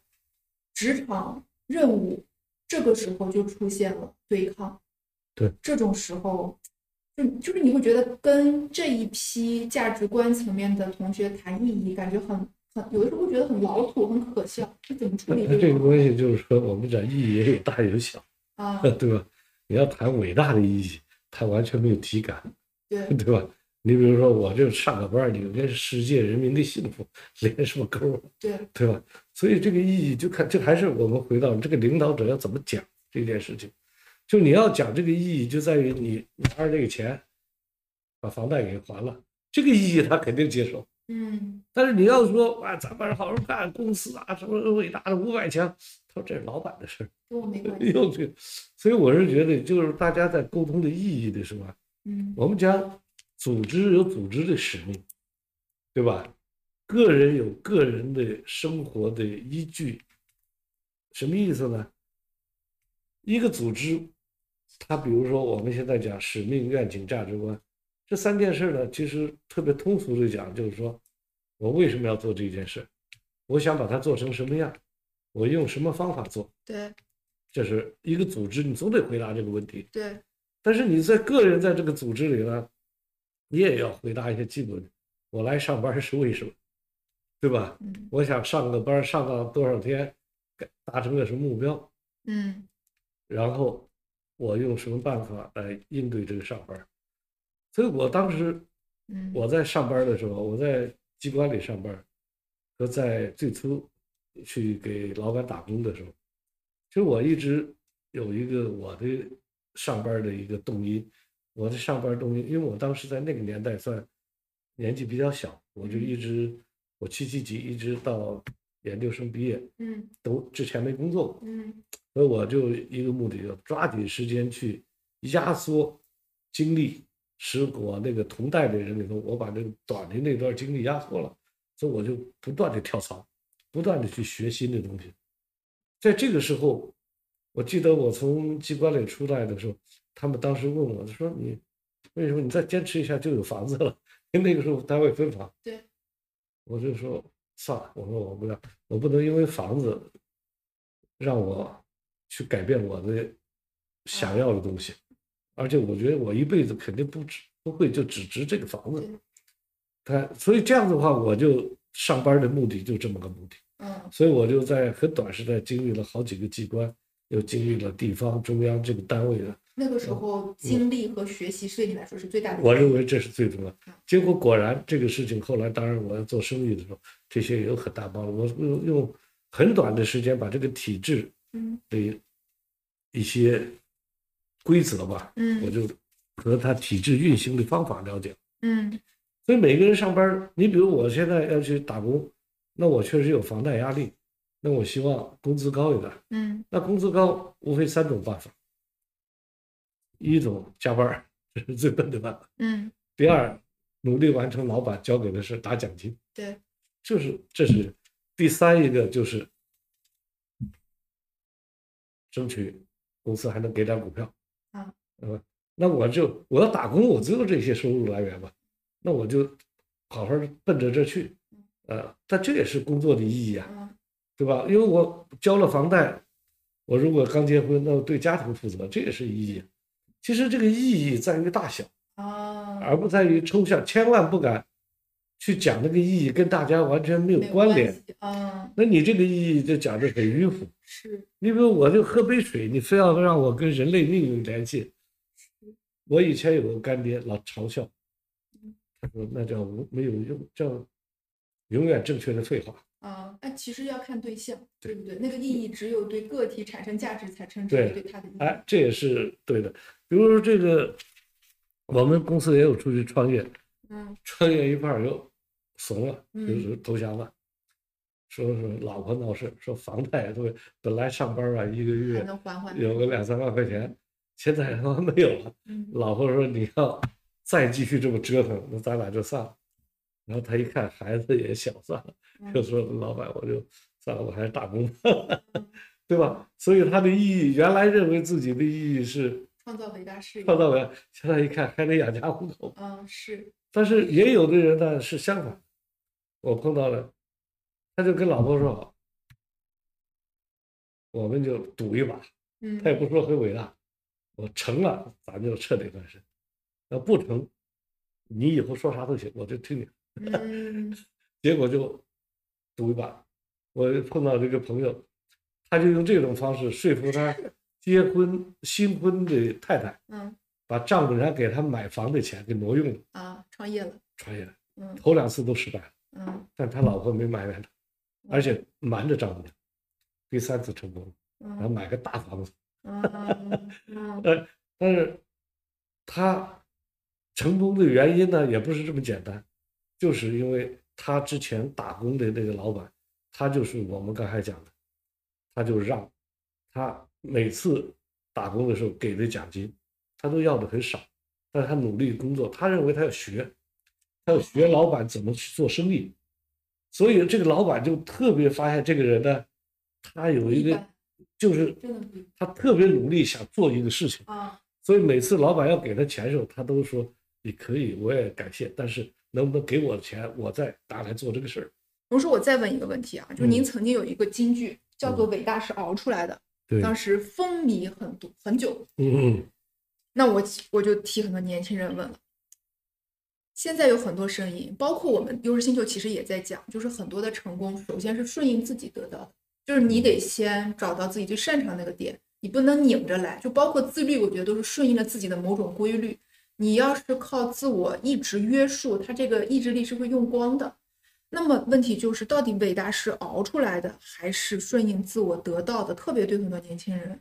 职场任务，这个时候就出现了对抗。
对，
这种时候，就就是你会觉得跟这一批价值观层面的同学谈意义，感觉很很有的时候会觉得很老土、很可笑，这怎么处理
<laughs> 那这个
种
东西就是说，我们讲意义也有大有小，
啊？
对吧？你要谈伟大的意义，它完全没有体感，
对，
<laughs> 对吧？你比如说，我就上个班儿，有跟世界人民的幸福连什么钩儿？
对，
对吧？所以这个意义就看，就还是我们回到这个领导者要怎么讲这件事情。就你要讲这个意义，就在于你拿着这个钱把房贷给还了，这个意义他肯定接受。
嗯，
但是你要说啊，咱们好好干，公司啊什么伟大的五百强，他说这是老板的事儿，
跟我没关系。
<laughs> 又去。所以我是觉得，就是大家在沟通的意义的时候啊，
嗯，
我们讲组织有组织的使命，对吧？个人有个人的生活的依据，什么意思呢？一个组织，它比如说我们现在讲使命、愿景、价值观这三件事呢，其实特别通俗的讲，就是说我为什么要做这件事，我想把它做成什么样，我用什么方法做，
对
这是一个组织，你总得回答这个问题。
对
但是你在个人在这个组织里呢，你也要回答一些基本的：我来上班是为什么，对吧？
嗯
我想上个班上到多少天，该达成个什么目标，
嗯
然后我用什么办法来应对这个上班。所以我当时
嗯，
我在上班的时候，我在机关里上班，和在最初去给老板打工的时候，其实我一直有一个我的上班的一个动因，我的上班动因，因为我当时在那个年代算年纪比较小，我就一直我七七级一直到研究生毕业
嗯
都之前没工作过，
嗯
所以我就一个目的，要抓紧时间去压缩精力，使我那个同代的人里头，我把那个短的那段精力压缩了，所以我就不断的跳槽，不断的去学新的东西。在这个时候，我记得我从机关里出来的时候，他们当时问我，他说你为什么你再坚持一下就有房子了？ <laughs> 因为那个时候单位分房。
对，
我就说算了，我说我不要，我不能因为房子让我去改变我的想要的东西，
嗯
而且我觉得我一辈子肯定不值不会就只值这个房子
对。
他所以这样的话，我就上班的目的就这么个目的。
嗯
所以我就在很短时间经历了好几个机关，又经历了地方、中央这个单位的，
那个时候经历和学习是对你来说是最大的。
我认为这是最重要。结果果然这个事情后来，当然我要做生意的时候，这些也有很大帮助。我用用很短的时间把这个体制
嗯
的一些规则吧，我
嗯
就和它体制运行的方法了解。
嗯
所以每个人上班儿，你比如我现在要去打工，那我确实有房贷压力，那我希望工资高一点。
嗯
那工资高无非三种办法：一种加班儿，这是最笨的办法；
嗯，
第二，努力完成老板交给的事，打奖金，
对，
就是这是第三一个就是争取公司还能给点股票
啊，
对吧？那我就我要打工，我只有这些收入来源吧，那我就好好奔着这去，呃，但这也是工作的意义啊，
嗯
对吧？因为我交了房贷，我如果刚结婚，那我对家庭负责，这也是意义。其实这个意义在于大小，
啊，
而不在于抽象，千万不敢去讲那个意义跟大家完全没有关联。
嗯，
那你这个意义就讲的很迂腐。
是，
你比如我就喝杯水，你非要让我跟人类命运联系。我以前有个干爹老嘲笑，他说那叫无没有用，叫永远正确的废话。
啊，但其实要看对象，对不对？那个意义只有对个体产生价值，才称之
对
为对它的意义。
哎，这也是对的。比如说这个，我们公司也有出去创业，
嗯
创业一半儿又怂了，
嗯
就是投降了，说是老婆闹事，说房贷对，本来上班啊一个
还
月
能缓缓地
有个两三万块钱，现在他妈没有了。
嗯
老婆说你要再继续这么折腾，那咱俩就散了。然后他一看孩子也小，算了，就
嗯
说老板我就算了，我还是打工吧， <laughs> 对吧？所以他的意义，原来认为自己的意义是
创造伟大事业
创。造完，现在一看还得养家糊口。
嗯，是，
但是也有的人呢是相反，我碰到了，他就跟老婆说好，我们就赌一把，
嗯
他也不说很伟大，我成了咱就彻底翻身，要不成，你以后说啥都行，我就听你。
嗯
结果就赌一把。我碰到这个朋友，他就用这种方式说服他结婚新婚的太太，
嗯
把丈母娘给他买房的钱给挪用了，
啊，创业了，
创业了。
嗯
头两次都失败了，
嗯
但他老婆没埋怨他，而且瞒着丈母娘。第三次成功了，然后
嗯
买个大房子，
嗯嗯
但是他成功的原因呢，也不是这么简单，就是因为他之前打工的那个老板，他就是我们刚才讲的，他就让他每次打工的时候给的奖金，他都要的很少，但是他努力工作，他认为他要学，他要学老板怎么去做生意，所以这个老板就特别发现这个人呢，他有一
一
个
般
就是
真的不一
他特别努力想做一个事情。
啊，
所以每次老板要给他钱的时候，他都说你可以，我也感谢，但是能不能给我钱，我再拿来做这个事儿。
同时我再问一个问题啊，就是
嗯
您曾经有一个金句叫做“伟大是熬出来的”，
对
当时风靡很多很久，
嗯嗯
那我起我就替很多年轻人问了。现在有很多声音，包括我们优势星球其实也在讲，就是很多的成功，首先是顺应自己得到的，就是你得先找到自己最擅长那个点，你不能拧着来。就包括自律，我觉得都是顺应了自己的某种规律。你要是靠自我一直约束，它这个意志力是会用光的。那么问题就是，到底伟大是熬出来的，还是顺应自我得到的？特别对很多年轻人，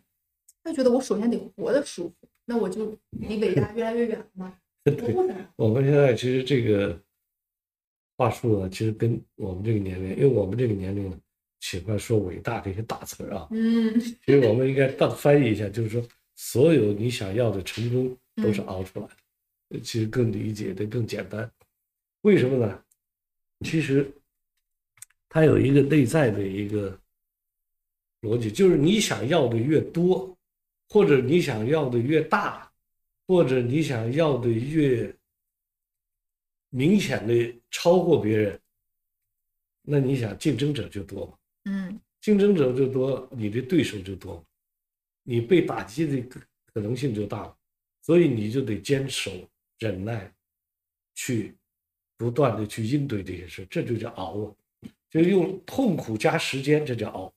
他觉得我首先得活得舒服，那我就离伟大越来越远了
<laughs>
吗？我不然，
我们现在其实这个话术呢，其实跟我们这个年龄，因为我们这个年龄喜欢说伟大这些大词儿啊，
嗯
其实我们应该倒翻译一下，就是说所有你想要的成功都是熬出来的，其实更理解的更简单。为什么呢？其实它有一个内在的一个逻辑，就是你想要的越多，或者你想要的越大，或者你想要的越明显的超过别人，那你想竞争者就多嘛。
嗯
竞争者就多，你的对手就多，你被打击的可可能性就大了，所以你就得坚守、忍耐，去不断的去应对这些事，这就叫熬啊，就用痛苦加时间，这叫熬，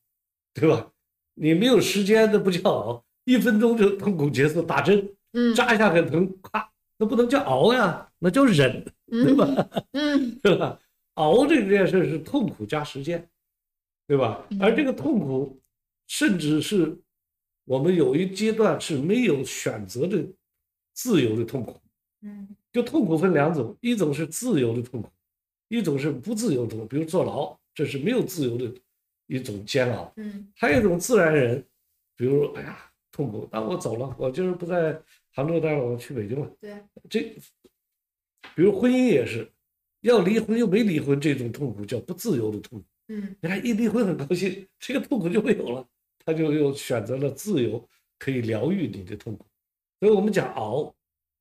对吧？你没有时间，那不叫熬，一分钟就痛苦结束，打针
嗯
扎一下很疼，咔，那不能叫熬呀，那叫忍。
嗯 <laughs> 嗯
对吧？熬这件事是痛苦加时间，对吧
嗯？
而这个痛苦，甚至是我们有一阶段是没有选择的自由的痛苦。
嗯
就痛苦分两种，一种是自由的痛苦，一种是不自由的痛苦，比如坐牢，这是没有自由的一种煎熬。
嗯
还有一种自然人，比如说哎呀痛苦，那我走了，我今儿不在杭州待了，我去北京了。
对，
这，比如婚姻也是，要离婚又没离婚，这种痛苦叫不自由的痛苦。
嗯
你看一离婚很高兴，这个痛苦就没有了，他就又选择了自由，可以疗愈你的痛苦。所以我们讲熬，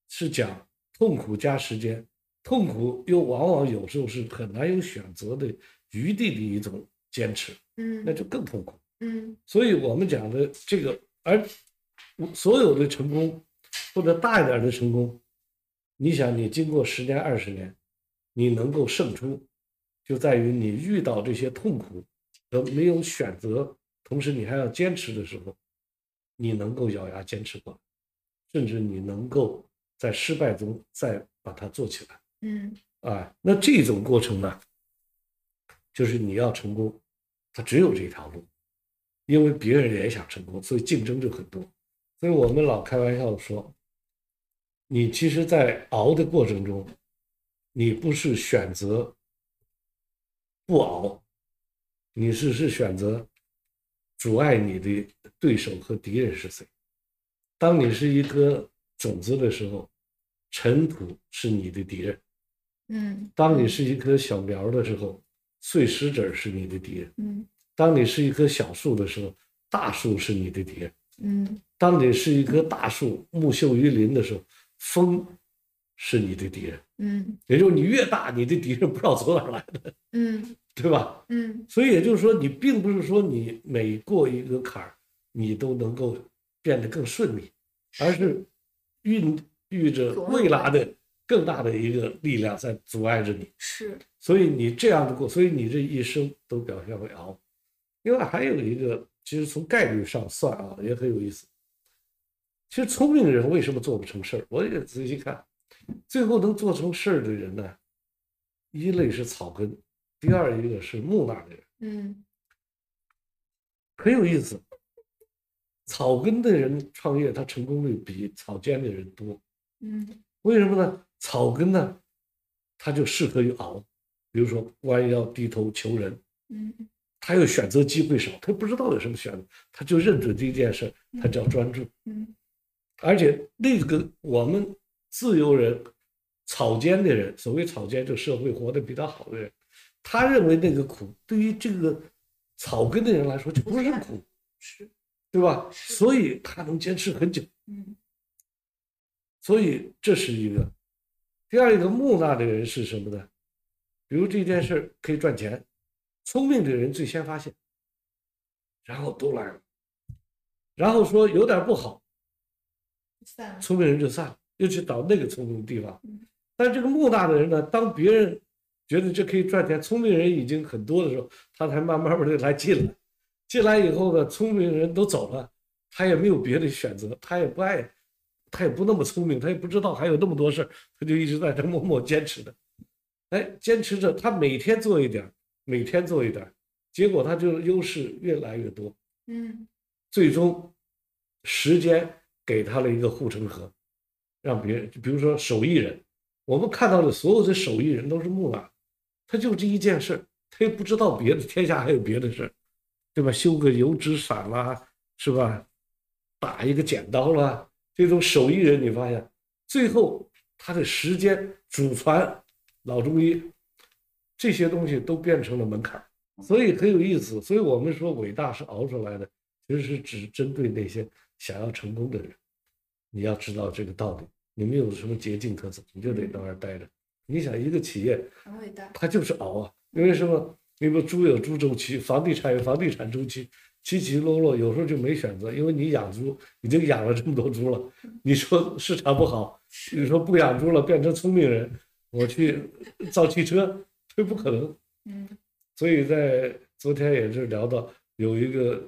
是讲痛苦加时间，痛苦又往往有时候是很难有选择的余地的一种坚持，那
嗯
就更痛苦。
嗯
所以我们讲的这个，而所有的成功或者大一点的成功，你想你经过十年二十年，你能够胜出，就在于你遇到这些痛苦和没有选择，同时你还要坚持的时候，你能够咬牙坚持过来，甚至你能够在失败中再把它做起来。
嗯
啊，那这种过程呢，就是你要成功，它只有这条路，因为别人也想成功，所以竞争就很多。所以我们老开玩笑地说，你其实，在熬的过程中，你不是选择不熬，你是是选择阻碍你的对手和敌人是谁。当你是一颗种子的时候，尘土是你的敌人。
嗯，
当你是一棵小苗的时候，碎石子儿是你的敌人；
嗯
当你是一棵小树的时候，大树是你的敌人；
嗯
当你是一棵大树，木秀于林的时候，风是你的敌人。
嗯
也就是你越大，你的敌人不知道从哪儿来的，
嗯
对吧？
嗯
所以也就是说，你并不是说你每过一个坎儿，你都能够变得更顺利，而是孕育着
总有
未来的更大的一个力量在阻碍着你。
是
所以你这样的过，所以你这一生都表现为熬。另外还有一个，其实从概率上算啊，也很有意思。其实聪明人为什么做不成事儿？我也仔细看，最后能做成事儿的人呢，一类是草根，第二一个是木讷的人，
嗯
很有意思。草根的人创业，他成功率比草尖的人多。
嗯
为什么呢？草根呢，他就适合于熬，比如说弯腰低头求人，
嗯
他又选择机会少，他不知道有什么选择，他就认准这一件事，他只要专注。
嗯
而且那个我们自由人、草菅的人，所谓草菅，就社会活得比较好的人，他认为那个苦，对于这个草根的人来说就不是苦，
是
对吧？
是
所以他能坚持很久。
嗯
所以这是一个。第二一个木讷的人是什么呢？比如这件事儿可以赚钱，聪明的人最先发现，然后都来了，然后说有点不好，
散了
聪明人就散了，又去找那个聪明的地方
嗯。
但这个木讷的人呢，当别人觉得这可以赚钱，聪明人已经很多的时候，他才慢慢的来进来。进来以后呢，聪明人都走了，他也没有别的选择，他也不爱，他也不那么聪明，他也不知道还有那么多事儿，他就一直在这默默坚持的。哎，坚持着，他每天做一点儿，每天做一点儿，结果他就优势越来越多。
嗯
最终时间给他了一个护城河，让别人，比如说手艺人，我们看到的所有的手艺人都是木讷，他就这一件事儿，他也不知道别的，天下还有别的事儿，对吧？修个油纸伞啦，是吧？打一个剪刀啦，这种手艺人，你发现最后他的时间、祖传、老中医这些东西都变成了门槛儿，所以很有意思。所以我们说伟大是熬出来的，其实是只针对那些想要成功的人。你要知道这个道理，你没有什么捷径可走，你就得在那儿待着。你想一个企业，
很伟大，
它就是熬啊，因为什么？因为猪有猪周期，房地产有房地产周期，起起落落，有时候就没选择，因为你养猪已经养了这么多猪了，你说市场不好，你说不养猪了，变成聪明人，我去造汽车，这不可能。
嗯
所以在昨天也是聊到有一个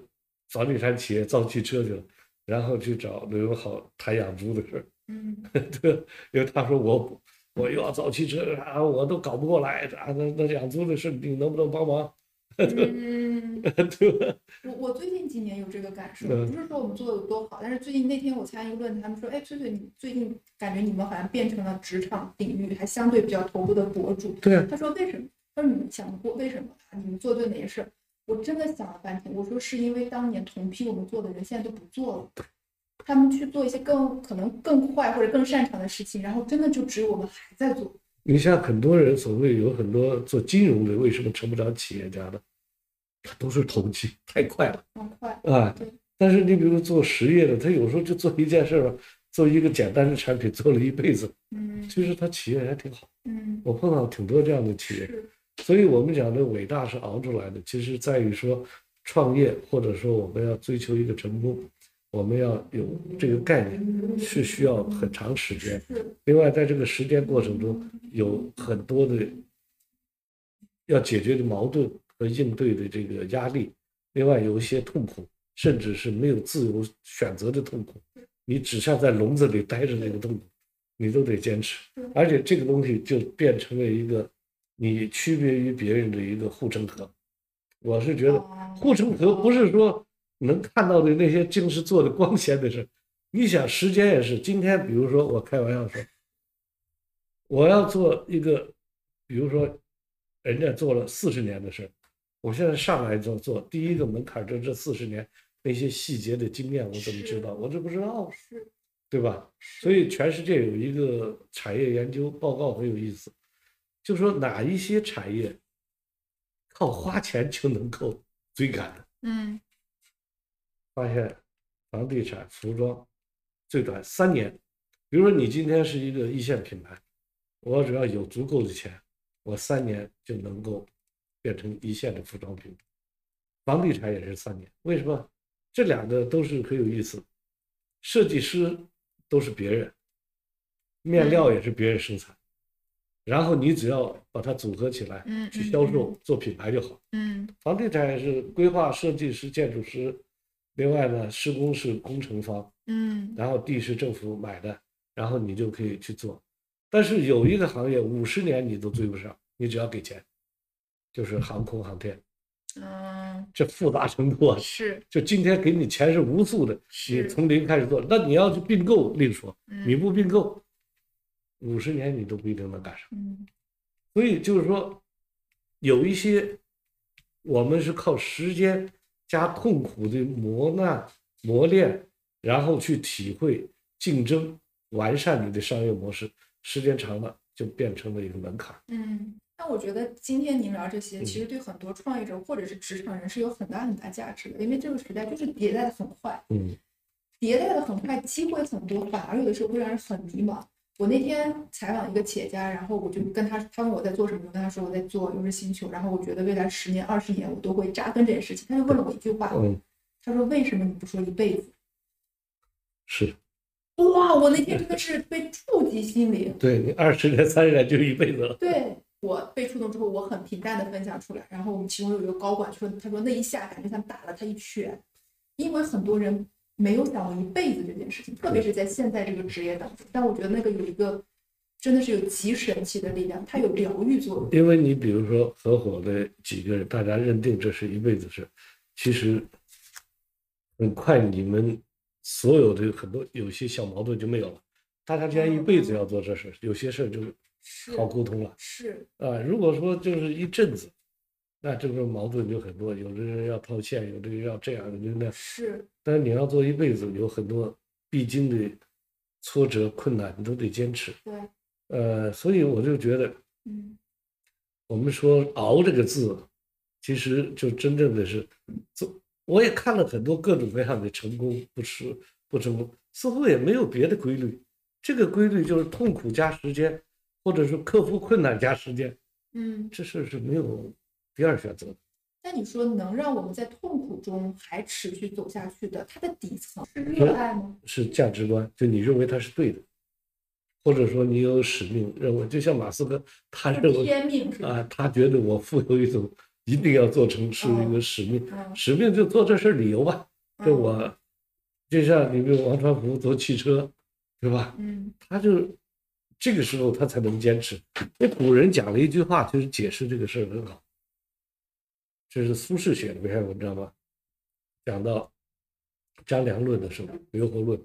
房地产企业造汽车去了，然后去找刘永好谈养猪的事儿，
嗯
对吧，因为他说我我又要造汽车啊，我都搞不过来啊，那那养猪的事你能不能帮忙，
嗯。
<laughs> 对吧？
我我最近几年有这个感受，
嗯
不是说我们做的有多好，但是最近那天我参加一个论坛，他们说，哎，翠翠，你最近感觉你们好像变成了职场领域还相对比较头部的博主。
对啊
他说为什么？他说你们想过为什么？啊你们做对哪些事儿？我真的想了半天，我说是因为当年同批我们做的人现在都不做了，他们去做一些更可能更快或者更擅长的事情，然后真的就只有我们还在做。
你像很多人所谓有很多做金融的，为什么成不了企业家呢？他都是投机，太快了
很快，
啊
对！
但是你比如做实业的，他有时候就做一件事儿吧，做一个简单的产品，做了一辈子，
嗯
其实他企业还挺好。
嗯，
我碰到挺多这样的企业，
是，
所以我们讲的伟大是熬出来的，其实在于说创业，或者说我们要追求一个成功，我们要有这个概念，是需要很长时间。
是
另外，在这个时间过程中，有很多的要解决的矛盾和应对的这个压力，另外有一些痛苦，甚至是没有自由选择的痛苦，你只像在笼子里待着那个痛苦，你都得坚持
嗯。
而且这个东西就变成了一个你区别于别人的一个护城河。我是觉得
哦
护城河不是说能看到的那些净是做的光鲜的事。你想，时间也是。今天，比如说，我开玩笑说，我要做一个，比如说，人家做了四十年的事儿，我现在上来就做，第一个门槛就是这四十年那些细节的经验，我怎么知道？我这不知道，
哦
啊
是
对吧？
是，
所以全世界有一个产业研究报告很有意思，就说哪一些产业靠花钱就能够追赶的，
嗯
发现房地产、服装最短三年。比如说你今天是一个一线品牌，我只要有足够的钱，我三年就能够变成一线的服装品牌。房地产也是三年，为什么？这两个都是很有意思。设计师都是别人，面料也是别人生产，然后你只要把它组合起来
嗯
去
嗯
销售
嗯
做品牌就好。
嗯
房地产也是规划设计师、建筑师，另外呢，施工是工程方，
嗯
然后地是政府买的，然后你就可以去做。但是有一个行业五十年你都追不上，你只要给钱，就是航空航天，
嗯，
这复杂程度啊， <laughs>
是
就今天给你钱是无数的，你
是，
从零开始做，那你要去并购另说，你
嗯
不并购，五十年你都不一定能赶上。
嗯
所以就是说，有一些我们是靠时间加痛苦的磨难、磨练，然后去体会、竞争、完善你的商业模式。时间长了，就变成了一个门槛。
嗯。那我觉得今天您聊这些，其
嗯
实对很多创业者或者是职场人是有很大很大价值的，因为这个时代就是迭代的很快，
嗯
迭代的很快，机会很多，反而有的时候会让人很迷茫。我那天采访一个企业家，然后我就跟他，他问我在做什么，我跟他说我在做优质星球，然后我觉得未来十年、二十年我都会扎根这件事情。他就问了我一句话，
嗯，
他说为什么你不说一辈子？
是
哇，我那天真的是被触及心灵，
对你二十年、三十年就一辈子了。
对我被触动之后，我很平淡的分享出来。然后我们其中有一个高管说，他说那一下感觉像打了他一拳，因为很多人没有想过一辈子这件事情，特别是在现在这个职业当中。但我觉得那个有一个真的是有极神奇的力量，它有疗愈作用。
因为你比如说合伙的几个人，大家认定这是一辈子事，其实很快你们所有的很多有些小矛盾就没有了。大家既然一辈子要做这事，有些事就是好沟通了
是，
啊。如果说就是一阵子，那这个矛盾就很多，有的人要套现，有的人要这样，有的人那样。
是，
但是你要做一辈子，有很多必经的挫折、困难，你都得坚持。
对，
呃，所以我就觉得
嗯
我们说“熬”这个字，其实就真正的是，做我也看了很多各种各样的成功不失不成功，似乎也没有别的规律。这个规律就是痛苦加时间，或者是克服困难加时间，
嗯。
这事儿是没有第二选择的。
那你说能让我们在痛苦中还持续走下去的，它的底层
嗯
是热爱吗？
是价值观，就你认为它是对的，或者说你有使命认为，就像马斯克，他认
是
为
天命是吧？
啊，他觉得我负有一种一定要做成是一个使命，
嗯
使命就做这事儿理由吧。就
嗯
我，就像你比如王传福做汽车，对吧？
嗯
他就这个时候他才能坚持。那古人讲了一句话，就是解释这个事儿很好。这是苏轼写的一篇文章吧，讲到张良论的时候，《留侯论》，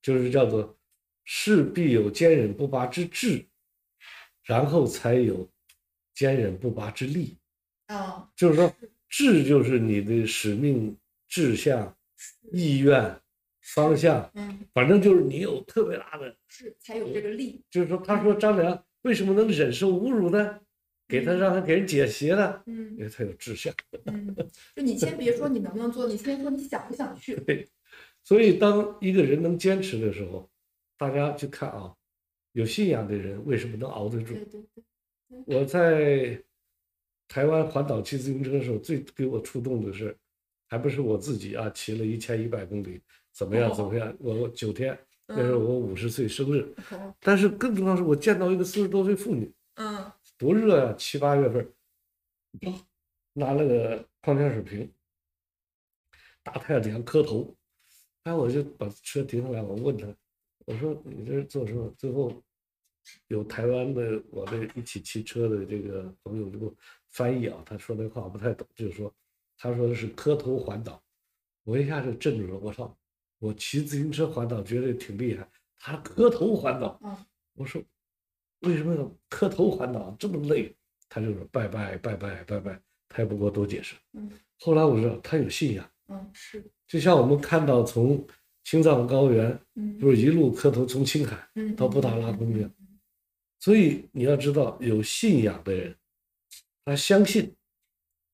就是叫做“事必有坚忍不拔之志，然后才有坚忍不拔之力”。
啊
就是说，志就是你的使命、志向、意愿、方向，
嗯，
反正就是你有特别大的。
是才有这个力。
就是说，他说张良为什么能忍受侮辱呢？给他
嗯
让他给人解邪呢？
嗯
因为他有志向。
嗯，就你先别说你能不能做，你先说你想不想去。
所以，当一个人能坚持的时候，大家去看啊，有信仰的人为什么能熬得住
对？对对，
我在台湾环岛骑自行车的时候，最给我触动的是，还不是我自己啊，骑了一千一百公里，怎么样怎么样？我我九天，那是我五十岁生日，
嗯
但是更重要是我见到一个四十多岁妇女，
嗯
多热呀、七八月份儿，拿了个矿泉水瓶，大太阳底下磕头，哎，我就把车停下来，我问他，我说你这是做什么？最后有台湾的我的一起骑车的这个朋友就给我翻译啊，他说那话我不太懂，就是说他说的是磕头环岛，我一下就镇住了，我操，我骑自行车环岛觉得挺厉害，他磕头环岛。
嗯
我说为什么要磕头环岛这么累？他就说拜拜拜拜拜拜，他也不给我多解释。
嗯
后来我知道他有信仰，
嗯，是，
就像我们看到从青藏高原
嗯
不是一路磕头从青海
嗯
到布达拉宫殿，所以你要知道有信仰的人，他相信，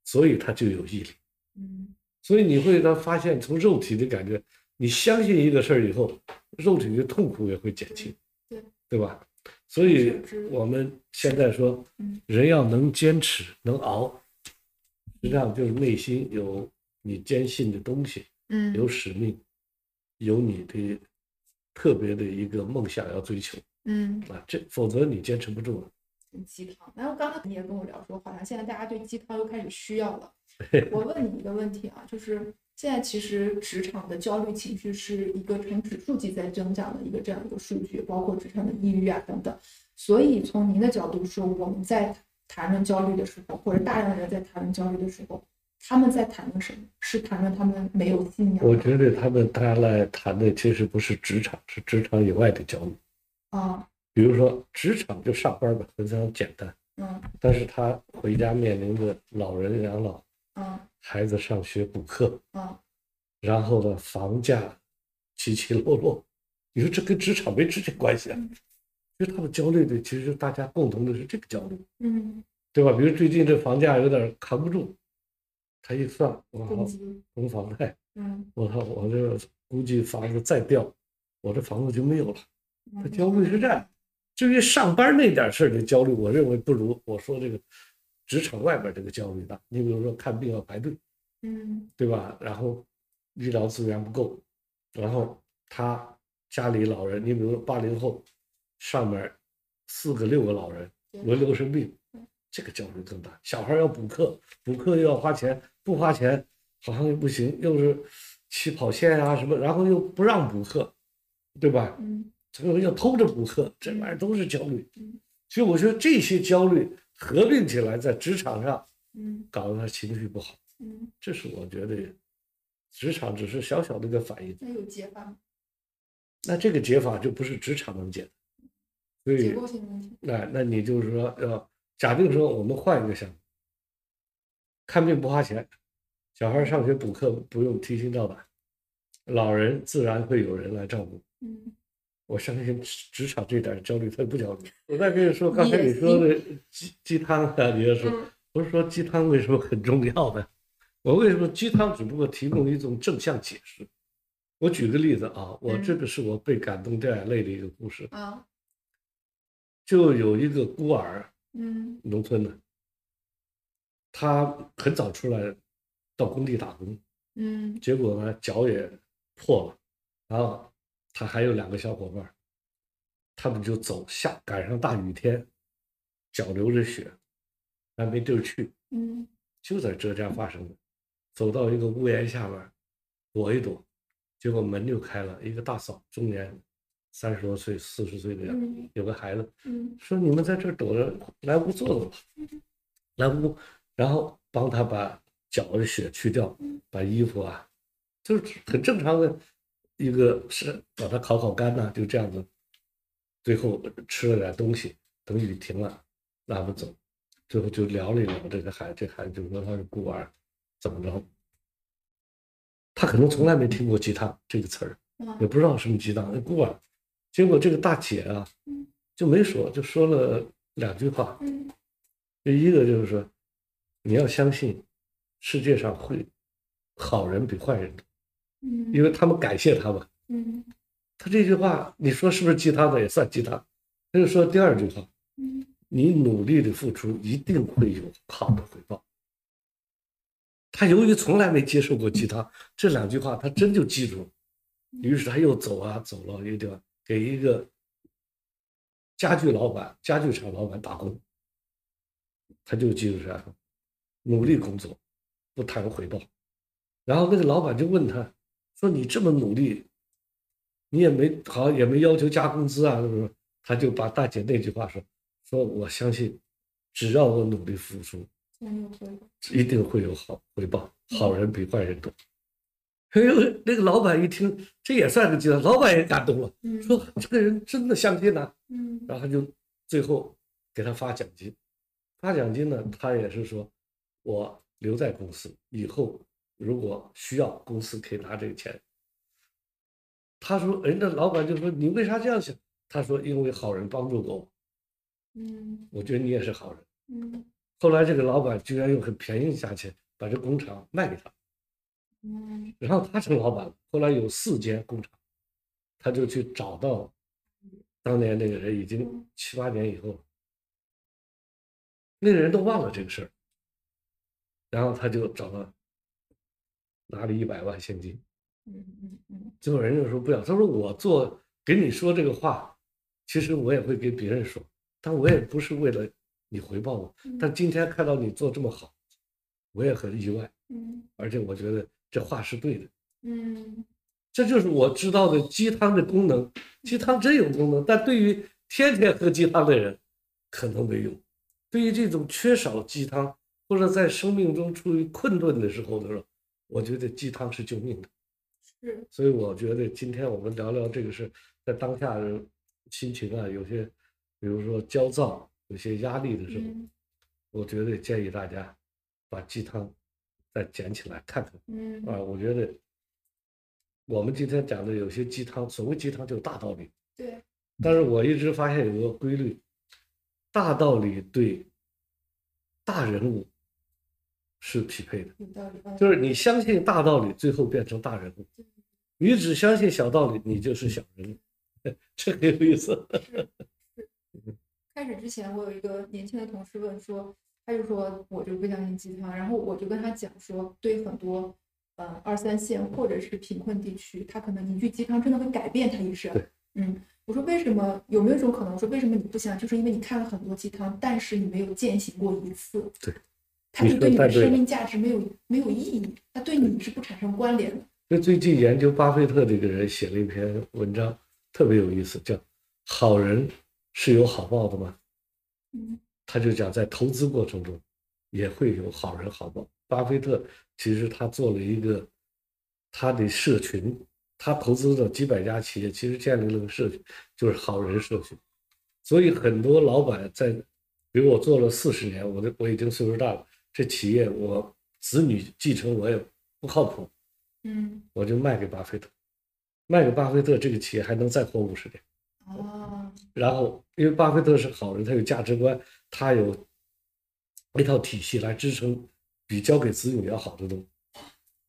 所以他就有毅力。
嗯
所以你会他发现从肉体的感觉，你相信一个事儿以后，肉体的痛苦也会减轻，
对对
吧？所以
是是
我们现在说
嗯，
人要能坚持，能熬，实际上就是内心有你坚信的东西，
嗯
有使命，有你的特别的一个梦想要追求。
嗯，
啊，这否则你坚持不住了。
很鸡汤。然后刚才你也跟我聊说，好像现在大家对鸡汤又开始需要了。我问你一个问题啊，就是现在其实职场的焦虑情绪是一个呈指数级在增长的一个这样一个数据，包括职场的抑郁啊等等。所以从您的角度说，我们在谈论焦虑的时候，或者大量人在谈论焦虑的时候，他们在谈论什么？是谈论他们没有信仰
我觉得他们他来谈的其实不是职场，是职场以外的焦虑。
啊？
比如说职场就上班吧，非常简单，
嗯
但是他回家面临着老人养老、
嗯
孩子上学补课，
嗯
然后呢房价起起落落，你说这跟职场没直接关系啊
嗯？
因为他们焦虑的其实大家共同的是这个焦虑，
嗯，
对吧？比如最近这房价有点扛不住，他一算，哇，
工资，
红房贷，
嗯，
我靠，我这估计房子再掉，我这房子就没有了。他
嗯
焦虑是这样。至于上班那点事儿的焦虑，我认为不如我说这个职场外边这个焦虑大。你比如说看病要排队，
嗯
对吧？然后医疗资源不够，然后他家里老人，你比如说八零后，上面四个六个老人
对
轮流生病，这个焦虑更大。小孩要补课，补课又要花钱，不花钱好像又不行，又是起跑线啊什么，然后又不让补课，对吧？
嗯
这个要偷着补课，这玩意儿都是焦虑。所以我说这些焦虑合并起来，在职场上
嗯
搞得他情绪不好，
嗯，
这是我觉得职场只是小小的一个反应。
那有解法吗？
那这个解法就不是职场能解的。所
结
以，
构性问题，
那那你就是说，要假定说我们换一个项目，看病不花钱，小孩上学补课不用提心吊胆，老人自然会有人来照顾。
嗯。
我相信职职场这点焦虑，他不焦虑。我再跟你说，刚才你说的鸡鸡汤啊，你要说，
嗯
我是说鸡汤为什么很重要呢？我为什么鸡汤只不过提供一种正向解释？我举个例子啊，我
嗯
这个是我被感动掉眼泪的一个故事，
啊，
就有一个孤儿，
嗯
农村的，他很早出来到工地打工，
嗯
结果呢脚也破了，然后他还有两个小伙伴儿，他们就走下赶上大雨天，脚流着血，还没地儿去，
嗯
就在浙江发生的，走到一个屋檐下边儿躲一躲，结果门就开了，一个大嫂中年，三十多岁四十岁的样子，
嗯
有个孩子，
嗯
说你们在这儿躲着，来屋坐坐吧，来屋，然后帮他把脚的血去掉
嗯，
把衣服啊，就是很正常的一个是把它烤烤干呐、就这样子。最后吃了点东西，等雨停了，拉不走，最后就聊了一聊这个孩，这孩子就说他是孤儿，怎么着？他可能从来没听过鸡汤这个词儿，
啊
也不知道什么鸡汤，那孤儿。结果这个大姐啊
嗯，
就没说，就说了两句话。
嗯
第一个就是说，你要相信世界上会好人比坏人多，因
嗯
为他们感谢他们。
嗯
他这句话，你说是不是鸡汤的？也算鸡汤。他就说第二句话，
嗯
你努力的付出一定会有好的回报。他由于从来没接受过鸡汤，这两句话他真就记住了。于是他又走啊走了一个地方，给一个家具老板、家具厂老板打工，他就记住啥？努力工作，不谈回报。然后那个老板就问他说：“你这么努力，你也没好像也没要求加工资啊？”是不是？他就把大姐那句话说：“说我相信，只要我努力付出，
嗯，有回报，
一定会有好回报，好人比坏人多。”哎呦，那个老板一听，这也算个鸡汤，老板也感动了，
嗯
说啊这个人真的相信呐、
嗯
然后就最后给他发奖金，发奖金呢，他也是说，我留在公司以后如果需要，公司可以拿这个钱。他说，人家老板就说你为啥这样想？他说因为好人帮助过我，
嗯
我觉得你也是好人。
嗯
后来这个老板居然用很便宜的价钱把这工厂卖给他，
嗯
然后他成老板了。后来有四间工厂，他就去找到当年那个人，已经七八年以后了，那个人都忘了这个事儿。然后他就找到，拿了一百万现金。
嗯嗯嗯
最后人就说不要，他说我做给你说这个话，其实我也会跟别人说，但我也不是为了你回报我。
嗯
但今天看到你做这么好，我也很意外，
嗯
而且我觉得这话是对的。
嗯
这就是我知道的鸡汤的功能。鸡汤真有功能，但对于天天喝鸡汤的人，可能没有。对于这种缺少鸡汤，或者在生命中处于困顿的时候的时候，我觉得鸡汤是救命的。
是
所以我觉得今天我们聊聊这个事，在当下人心情啊，有些比如说焦躁、有些压力的时候，
嗯
我觉得建议大家把鸡汤再捡起来看看。
嗯
啊，我觉得我们今天讲的有些鸡汤，所谓鸡汤就是大道理，
对
但是我一直发现有个规律，大道理对大人物是匹配的，
有道理啊
就是你相信大道理，最后变成大人物；你只相信小道理，你就是小人物。 <laughs> 这个有意思，
开始之前，我有一个年轻的同事问说，他就说我就不相信鸡汤，然后我就跟他讲说，对于很多呃二三线或者是贫困地区，他可能一句鸡汤真的会改变他一生
对。
嗯，我说为什么有没有一种可能说为什么你不相信，就是因为你看了很多鸡汤，但是你没有践行过一次，
对，
它
你
就
说
对你
太
的
对
生
了
命价值没有没有意义，它对你是不产生关联的。
就最近研究巴菲特这个人写了一篇文章，特别有意思，叫“好人是有好报的吗？”
嗯
他就讲在投资过程中也会有好人好报。巴菲特其实他做了一个他的社群，他投资了几百家企业，其实建立了个社群，就是好人社群。所以很多老板在，比如我做了四十年，我的我已经岁数大了，这企业我子女继承我也不靠谱，
嗯
我就卖给巴菲特，卖给巴菲特，这个企业还能再活五十年。
啊
然后因为巴菲特是好人，他有价值观，他有一套体系来支撑比交给子女要好的东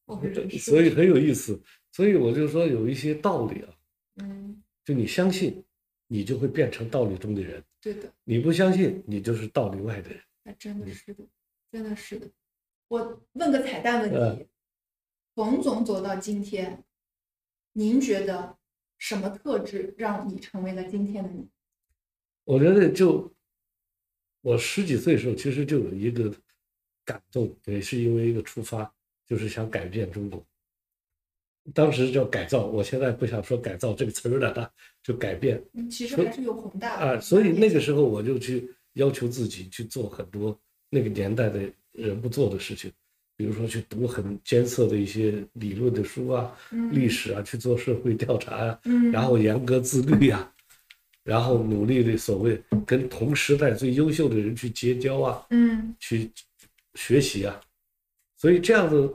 哦我是人
西，
设
所以很有意思。所以我就说有一些道理啊，
嗯
就你相信，你就会变成道理中的人；
对的。
你不相信，你就是道理外的人。
还真的
嗯
是的，真的是的。我问个彩蛋问
嗯
题，冯总走到今天，您觉得什么特质让你成为了今天的你？
我觉得就我十几岁的时候，其实就有一个感动，也是因为一个出发，就是想改变中国。当时叫改造，我现在不想说改造这个词儿有点大，就改变。
嗯，其实
所以
还是有宏大的
啊，所以那个
是
时候我就去要求自己去做很多那个年代的人不做的事情，比如说去读很艰涩的一些理论的书啊、历，史啊，去做社会调查啊，
嗯，
然
嗯
后严格自律啊，然后努力的所谓跟同时代最优秀的人去结交啊，
嗯
去学习啊，所以这样子，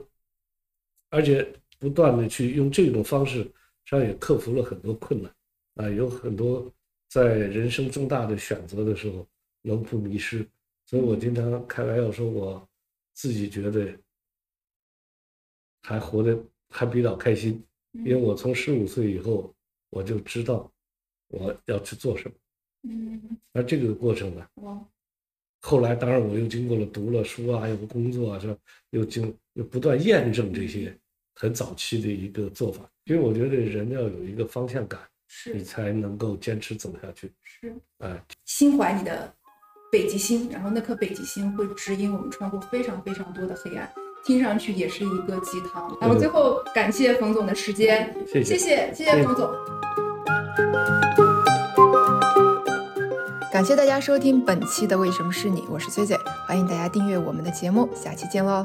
而且不断的去用这种方式，实际上也克服了很多困难啊，有很多在人生重大的选择的时候能不迷失。所以我经常开玩笑说，我自己觉得还活得还比较开心，因为我从十五岁以后我就知道我要去做什么，
嗯，
而这个过程呢、
我
后来，当然我又经过了读了书啊，有个工作啊，这又经又不断验证这些很早期的一个做法，因为我觉得人要有一个方向感，你
是
才能够坚持走下去。
是
哎，
心怀你的北极星，然后那颗北极星会指引我们穿过非常非常多的黑暗。听上去也是一个鸡汤。然后
对
最后感谢冯总的时间，
嗯谢谢。
谢谢谢
谢
谢
谢
冯总。感谢大家收听本期的《为什么是你》，我是崔崔，欢迎大家订阅我们的节目，下期见喽。